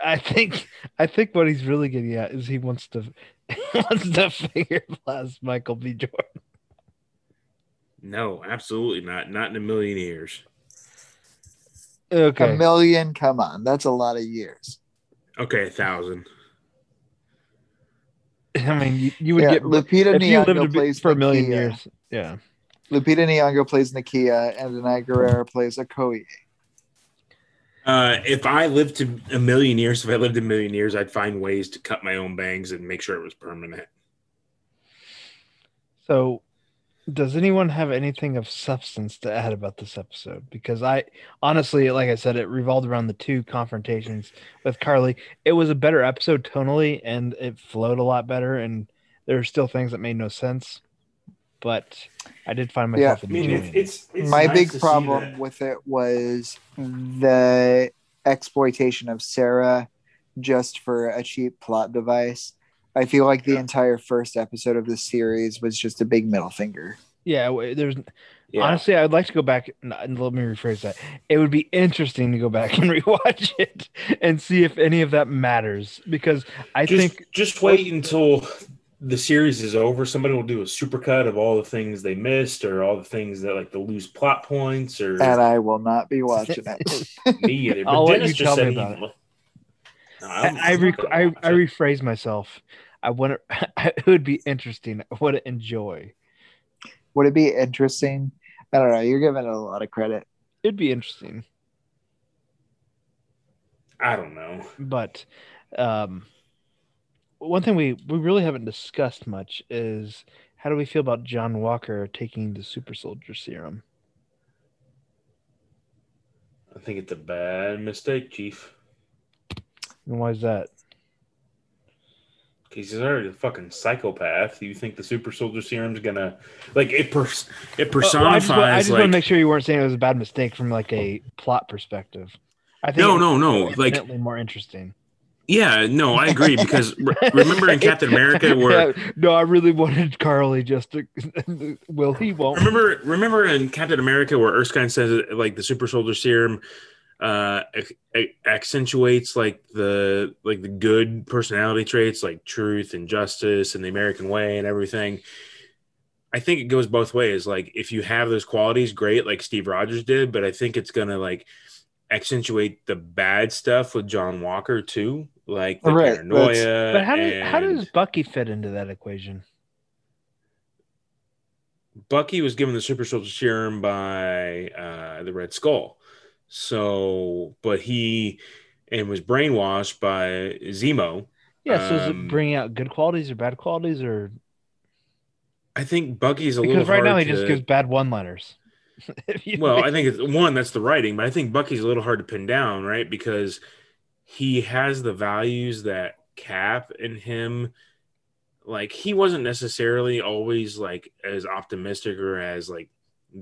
Speaker 1: I think I think what he's really getting at is he wants to wants to finger blast Michael B. Jordan.
Speaker 2: No, absolutely not. Not in a million years.
Speaker 1: Okay.
Speaker 3: A million, come on, that's a lot of years.
Speaker 2: Okay, a thousand.
Speaker 1: I mean, you, you would
Speaker 3: Yeah,
Speaker 1: get
Speaker 3: Lupita
Speaker 1: if you lived a
Speaker 3: Nyong'o
Speaker 1: bit
Speaker 3: plays
Speaker 1: for a million
Speaker 3: Nakia.
Speaker 1: years. Yeah.
Speaker 3: Lupita Nyong'o plays Nakia, and Denai Guerrero plays Okoye.
Speaker 2: Uh, if I lived to a million years, if I lived a million years, I'd find ways to cut my own bangs and make sure it was permanent.
Speaker 1: So, does anyone have anything of substance to add about this episode? Because I honestly, like I said, it revolved around the two confrontations with Carly. It was a better episode tonally, and it flowed a lot better. And there are still things that made no sense, but I did find myself
Speaker 4: I mean,
Speaker 1: enjoying
Speaker 4: it's, it's,
Speaker 1: it.
Speaker 4: it's
Speaker 3: My
Speaker 4: nice to
Speaker 3: big
Speaker 4: see
Speaker 3: problem
Speaker 4: that.
Speaker 3: with it was the exploitation of Sarah just for a cheap plot device. I feel like the entire first episode of the series was just a big middle finger.
Speaker 1: Yeah, w- there's
Speaker 4: Yeah.
Speaker 1: honestly, I'd like to go back. n- n- Let me rephrase that. It would be interesting to go back and rewatch it and see if any of that matters because I
Speaker 4: just,
Speaker 1: think
Speaker 4: just wait until the series is over. Somebody will do a supercut of all the things they missed, or all the things that like the loose plot points, or
Speaker 3: And I will not be watching it.
Speaker 4: me either. But
Speaker 1: I'll let
Speaker 4: Dennis
Speaker 1: you
Speaker 4: just
Speaker 1: tell
Speaker 4: said
Speaker 1: me
Speaker 4: he-
Speaker 1: about
Speaker 4: No, I'm-
Speaker 1: I I,
Speaker 4: I'm
Speaker 1: re-
Speaker 4: not gonna
Speaker 1: I,
Speaker 4: watch
Speaker 1: I
Speaker 4: it.
Speaker 1: rephrase myself. I want to. It would be interesting. I want to enjoy.
Speaker 3: Would it be interesting? I don't know. You're giving it a lot of credit.
Speaker 1: It'd be interesting,
Speaker 4: I don't know.
Speaker 1: but um, one thing we we really haven't discussed much is how do we feel about John Walker taking the super soldier serum?
Speaker 4: I think it's a bad mistake, Chief.
Speaker 1: And why is that?
Speaker 4: Because he's already a fucking psychopath. You think the super soldier serum's gonna like it? Pers-
Speaker 2: It
Speaker 1: Well, Oh, I just,
Speaker 2: personifies
Speaker 1: wa- I just want to
Speaker 2: like
Speaker 1: make sure you weren't saying it was a bad mistake from like a plot perspective. I think
Speaker 2: no,
Speaker 1: it
Speaker 2: no, no.
Speaker 1: was
Speaker 2: Like
Speaker 1: infinitely more interesting.
Speaker 2: yeah, no, I agree because re- remember in Captain America where
Speaker 1: Yeah, no, I really wanted Carly just to. well, he won't.
Speaker 2: remember remember in Captain America where Erskine says that, like the super soldier serum uh ac- ac- accentuates like the like the good personality traits like truth and justice and the American way and everything. I think it goes both ways. Like if you have those qualities, great, like Steve Rogers did, but I think it's gonna like accentuate the bad stuff with John Walker too, like the
Speaker 3: Right, that's-
Speaker 2: paranoia.
Speaker 1: But how does how
Speaker 2: and-
Speaker 1: does Bucky fit into that equation?
Speaker 2: Bucky was given the super soldier serum by uh, the Red Skull. So, but he and was brainwashed by Zemo.
Speaker 1: Yeah, so is
Speaker 2: Um,
Speaker 1: it bringing out good qualities or bad qualities, or
Speaker 2: I think Bucky's a
Speaker 1: because
Speaker 2: little
Speaker 1: right now
Speaker 2: hard
Speaker 1: he just
Speaker 2: to-
Speaker 1: gives bad one liners. If you
Speaker 2: Well,
Speaker 1: think-
Speaker 2: I think it's one that's the writing, but I think Bucky's a little hard to pin down, right? Because he has the values that Cap and him like he wasn't necessarily always like as optimistic or as like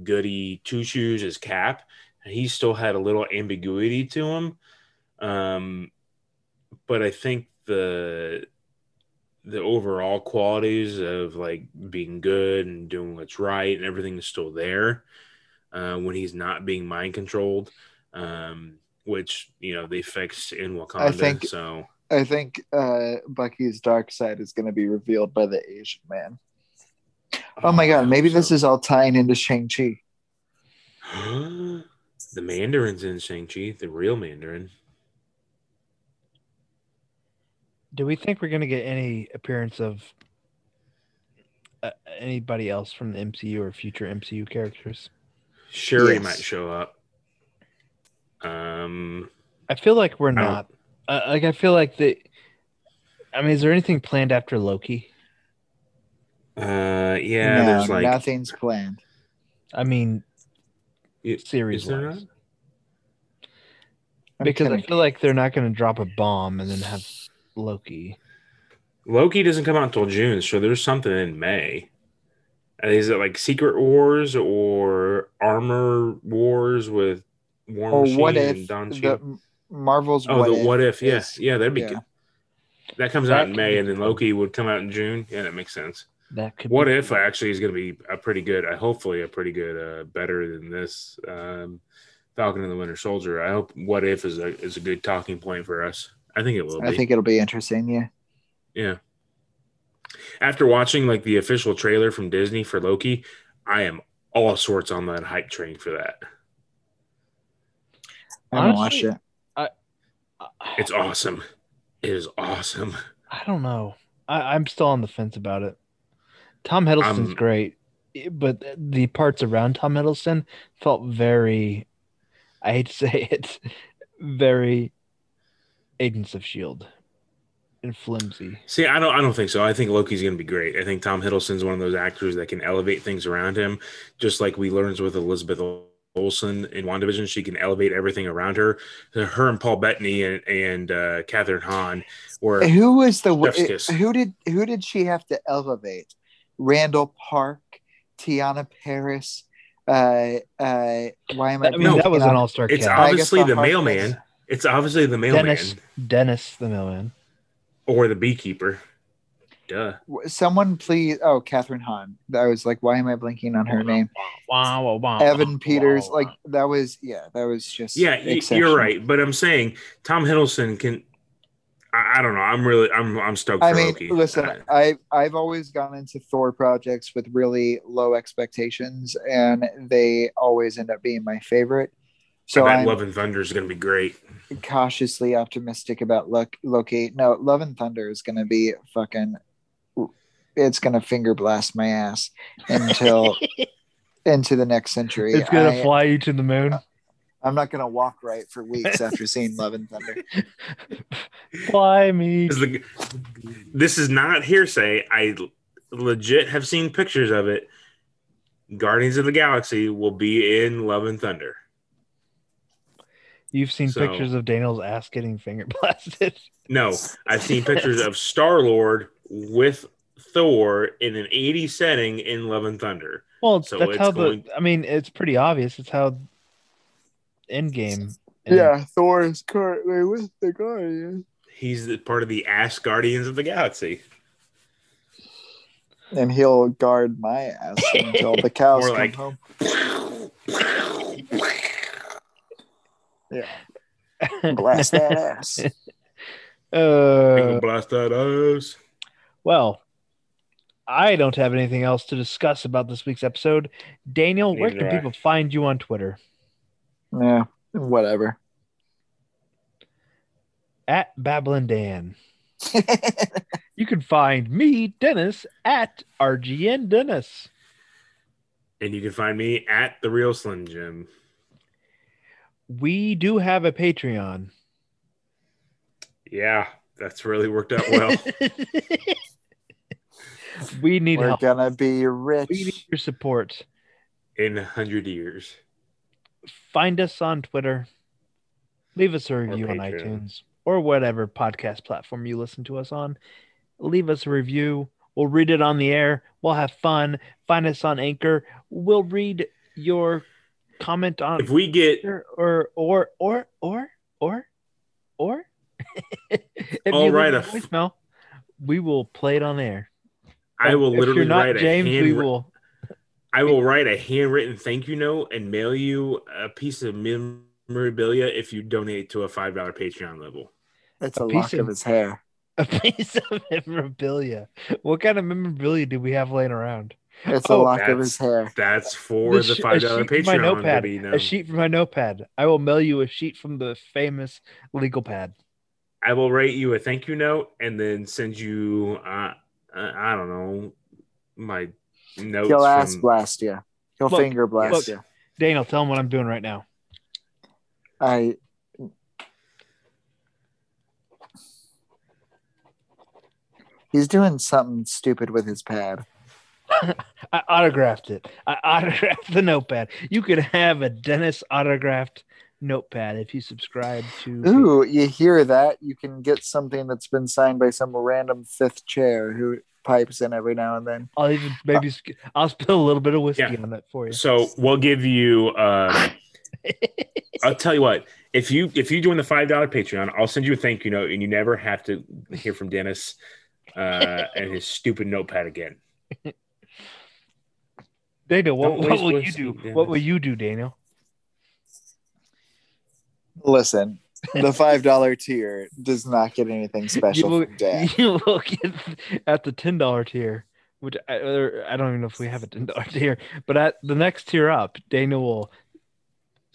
Speaker 2: goody two shoes as Cap. He still had a little ambiguity to him. Um but I think the the overall qualities of like being good and doing what's right and everything is still there uh, when he's not being mind controlled, um, which you know they fixed in Wakanda.
Speaker 3: think-
Speaker 2: so
Speaker 3: I think uh, Bucky's dark side is going to be revealed by the Asian man. Oh my God. Maybe this is all tying into Shang-Chi.
Speaker 2: the Mandarin's in Shang Chi, the real Mandarin.
Speaker 1: do we think we're going to get any appearance of uh, anybody else from the MCU or future MCU characters?
Speaker 2: Sherry
Speaker 3: Yes.
Speaker 2: might show up. Um,
Speaker 1: I feel like we're
Speaker 2: I don't-
Speaker 1: not. Uh, like I feel like the. I mean, is there anything planned after Loki?
Speaker 2: uh, yeah,
Speaker 3: no,
Speaker 2: there's like
Speaker 3: nothing's planned.
Speaker 1: I mean,
Speaker 2: It- is
Speaker 1: series
Speaker 2: is there
Speaker 1: wise,
Speaker 2: not?
Speaker 3: I'm
Speaker 1: because I
Speaker 3: kidding.
Speaker 1: feel like they're not going to drop a bomb and then have Loki.
Speaker 2: Loki doesn't come out until June, so there's something in May. Uh, Is it like Secret Wars or Armor Wars with War
Speaker 3: or
Speaker 2: Machine
Speaker 3: what
Speaker 2: and
Speaker 3: if
Speaker 2: Don
Speaker 3: the
Speaker 2: Cheadle?
Speaker 3: Marvel's
Speaker 2: Oh,
Speaker 3: what,
Speaker 2: the
Speaker 3: if
Speaker 2: what if? Yeah,
Speaker 3: is-
Speaker 2: yeah, that'd be
Speaker 3: yeah.
Speaker 2: good. That comes
Speaker 1: That
Speaker 2: out in
Speaker 1: could
Speaker 2: May,
Speaker 1: be
Speaker 2: and then
Speaker 1: cool.
Speaker 2: Loki would come out in June. Yeah, that makes sense.
Speaker 1: That could.
Speaker 2: What
Speaker 1: be-
Speaker 2: if actually is going to be a pretty good, I hopefully a pretty good, uh, better than this um, Falcon and the Winter Soldier. I hope what if is a is a good talking point for us. I think it will. Be.
Speaker 3: I think it'll be interesting. Yeah,
Speaker 2: Yeah. After watching like the official trailer from Disney for Loki, I am all sorts on that hype train for that.
Speaker 3: I haven't
Speaker 1: Honestly,
Speaker 3: watched it.
Speaker 2: It's awesome. It is awesome.
Speaker 1: I don't know. I, I'm still on the fence about it. Tom Hiddleston's
Speaker 2: I'm-
Speaker 1: great, i- but the parts around Tom Hiddleston felt very, I hate to say it, very Agents of Shield E and flimsy.
Speaker 2: See, I don't I don't think so. I think Loki's gonna be great. I think Tom Hiddleston's one of those actors that can elevate things around him, just like we learned with Elizabeth Olsen in WandaVision. She can elevate everything around her. Her and Paul Bettany and, and uh Catherine Hahn were
Speaker 3: Who was the
Speaker 2: Justice.
Speaker 3: who did who did she have to elevate? Randall Park, Tiana Paris. Uh, uh, why am I?
Speaker 1: I mean,
Speaker 2: No,
Speaker 1: that was an all star
Speaker 2: it's
Speaker 1: cast.
Speaker 3: I guess
Speaker 2: obviously the
Speaker 3: hard-
Speaker 2: mailman. It's obviously the mailman
Speaker 1: Dennis, Dennis the mailman.
Speaker 2: or the beekeeper. Duh.
Speaker 3: Someone please. Oh, Catherine Hahn. I was like, why am I blinking on her name?
Speaker 1: Wow, wow, wow.
Speaker 3: Evan Peters. Like that was. Yeah, that was just.
Speaker 2: Yeah, y-
Speaker 3: exceptional.
Speaker 2: you're right. But I'm saying Tom Hiddleston can. I, I don't know. I'm really. I'm. I'm stoked.
Speaker 3: I
Speaker 2: for
Speaker 3: mean,
Speaker 2: Loki. Uh,
Speaker 3: listen, I I've always gone into Thor projects with really low expectations, and they always end up being my favorite. So
Speaker 2: I bet
Speaker 3: I'm
Speaker 2: Love and Thunder is going to be great.
Speaker 3: cautiously optimistic about Look Loki. No, Love and Thunder is going to be fucking. It's going to finger blast my ass until into the next century.
Speaker 1: It's gonna
Speaker 3: I,
Speaker 1: fly you to the moon.
Speaker 3: I'm not going to walk right for weeks after seeing Love and Thunder.
Speaker 1: Fly me.
Speaker 2: This is, the, this is not hearsay. I l- legit have seen pictures of it. Guardians of the Galaxy will be in Love and Thunder.
Speaker 1: You've seen
Speaker 2: So-
Speaker 1: pictures of Daniel's ass getting finger blasted.
Speaker 2: No, I've seen pictures of Star Lord with Thor in an 80s setting in Love and Thunder.
Speaker 1: Well, it's
Speaker 2: So
Speaker 1: that's
Speaker 2: it's
Speaker 1: how
Speaker 2: going-
Speaker 1: the. I mean, it's pretty obvious. It's how Endgame. and-
Speaker 3: Yeah, Thor is currently with the Guardians,
Speaker 2: He's the- part of the Ass Guardians of the Galaxy.
Speaker 3: and he'll guard my ass until the cows
Speaker 2: More
Speaker 3: come
Speaker 2: like-
Speaker 3: home. Blast that ass.
Speaker 1: Uh,
Speaker 2: blast that ass.
Speaker 1: well, I don't have anything else to discuss about this week's episode. Daniel, where
Speaker 4: Neither
Speaker 1: can
Speaker 4: do I.
Speaker 1: people find you on Twitter?
Speaker 3: Yeah, whatever.
Speaker 1: At Babylon Dan. You can find me, Dennis, at RGN Dennis.
Speaker 2: And you can find me at the Real Slim Jim.
Speaker 1: We do have a Patreon.
Speaker 2: Yeah, that's really worked out well.
Speaker 1: we need
Speaker 3: We're
Speaker 1: help.
Speaker 3: gonna
Speaker 1: We
Speaker 3: be
Speaker 1: need
Speaker 3: rich.
Speaker 1: your support.
Speaker 2: in a hundred years.
Speaker 1: Find us on Twitter. Leave us a review on
Speaker 4: Patreon.
Speaker 1: iTunes or whatever podcast platform you listen to us on. Leave us a review. We'll read it on the air. We'll have fun. Find us on Anchor. We'll read your comment on
Speaker 2: If we get
Speaker 1: or or or or or or or if
Speaker 2: I'll
Speaker 1: you write
Speaker 2: write
Speaker 1: a
Speaker 2: a-
Speaker 1: voicemail, we will play it on air.
Speaker 2: I will
Speaker 1: If
Speaker 2: literally
Speaker 1: you're not
Speaker 2: write a
Speaker 1: James, we
Speaker 2: hand,
Speaker 1: will
Speaker 2: I will write a handwritten thank you note and mail you a piece of memorabilia if you donate to a five dollar Patreon level.
Speaker 3: That's
Speaker 1: a
Speaker 3: a,
Speaker 1: piece
Speaker 3: lock of,
Speaker 1: of-
Speaker 3: his hair.
Speaker 1: a piece of memorabilia. What kind of memorabilia do we have laying around?
Speaker 3: It's
Speaker 1: Oh,
Speaker 3: a lock of
Speaker 2: that's-
Speaker 3: his hair.
Speaker 2: That's for
Speaker 1: The
Speaker 2: the
Speaker 1: sh- a
Speaker 2: five dollar
Speaker 1: sheet from my
Speaker 2: Patreon.
Speaker 1: notepad. Uh,
Speaker 2: baby, no.
Speaker 1: A sheet from my notepad. I will mail you a sheet from the famous legal pad.
Speaker 2: I will write you a thank you note and then send you uh, uh, I don't know my notes.
Speaker 3: He'll ass
Speaker 2: from-
Speaker 3: blast you. He'll
Speaker 1: Look,
Speaker 3: finger blast
Speaker 1: look.
Speaker 3: you.
Speaker 1: Daniel, tell him what I'm doing right now.
Speaker 3: I He's doing something stupid with his pad.
Speaker 1: I autographed it. I autographed the notepad. You could have a Dennis autographed notepad if you subscribe to
Speaker 3: Ooh, you hear that? You can get something that's been signed by some random fifth chair who pipes in every now and then.
Speaker 1: I'll even maybe sk- I'll spill a little bit of whiskey
Speaker 2: Yeah.
Speaker 1: on that for you.
Speaker 2: So we'll give you. Uh, I'll tell you what. If you if you join the five dollar Patreon, I'll send you a thank you note, and you never have to hear from Dennis uh, and his stupid notepad again.
Speaker 1: Daniel, what,
Speaker 2: Don't
Speaker 1: what
Speaker 2: waste
Speaker 1: will you
Speaker 2: whiskey,
Speaker 1: do?
Speaker 2: Dennis.
Speaker 1: What will you do, Daniel?
Speaker 3: Listen, the five dollar tier does not get anything special
Speaker 1: will-
Speaker 3: from Dad.
Speaker 1: You look at, at the ten dollar tier, which I, or I don't even know if we have a ten dollar tier, but at the next tier up, Daniel will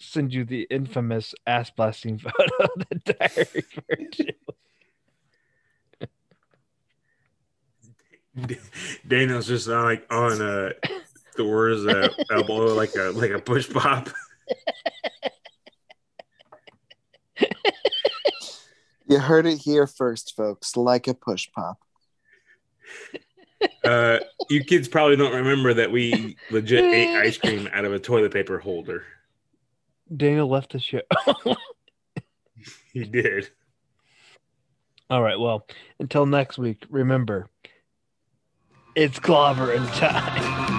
Speaker 1: send you the infamous ass blasting photo of the diary virgin.
Speaker 2: Daniel's just uh, like on uh, Thor's uh, elbow, like a like a push pop.
Speaker 3: You heard it here first, folks. Like a push pop.
Speaker 2: Uh, you kids probably don't remember that we legit ate ice cream out of a toilet paper holder.
Speaker 1: Daniel left the show.
Speaker 2: He did.
Speaker 1: All right. Well, until next week, remember, it's clobbering time.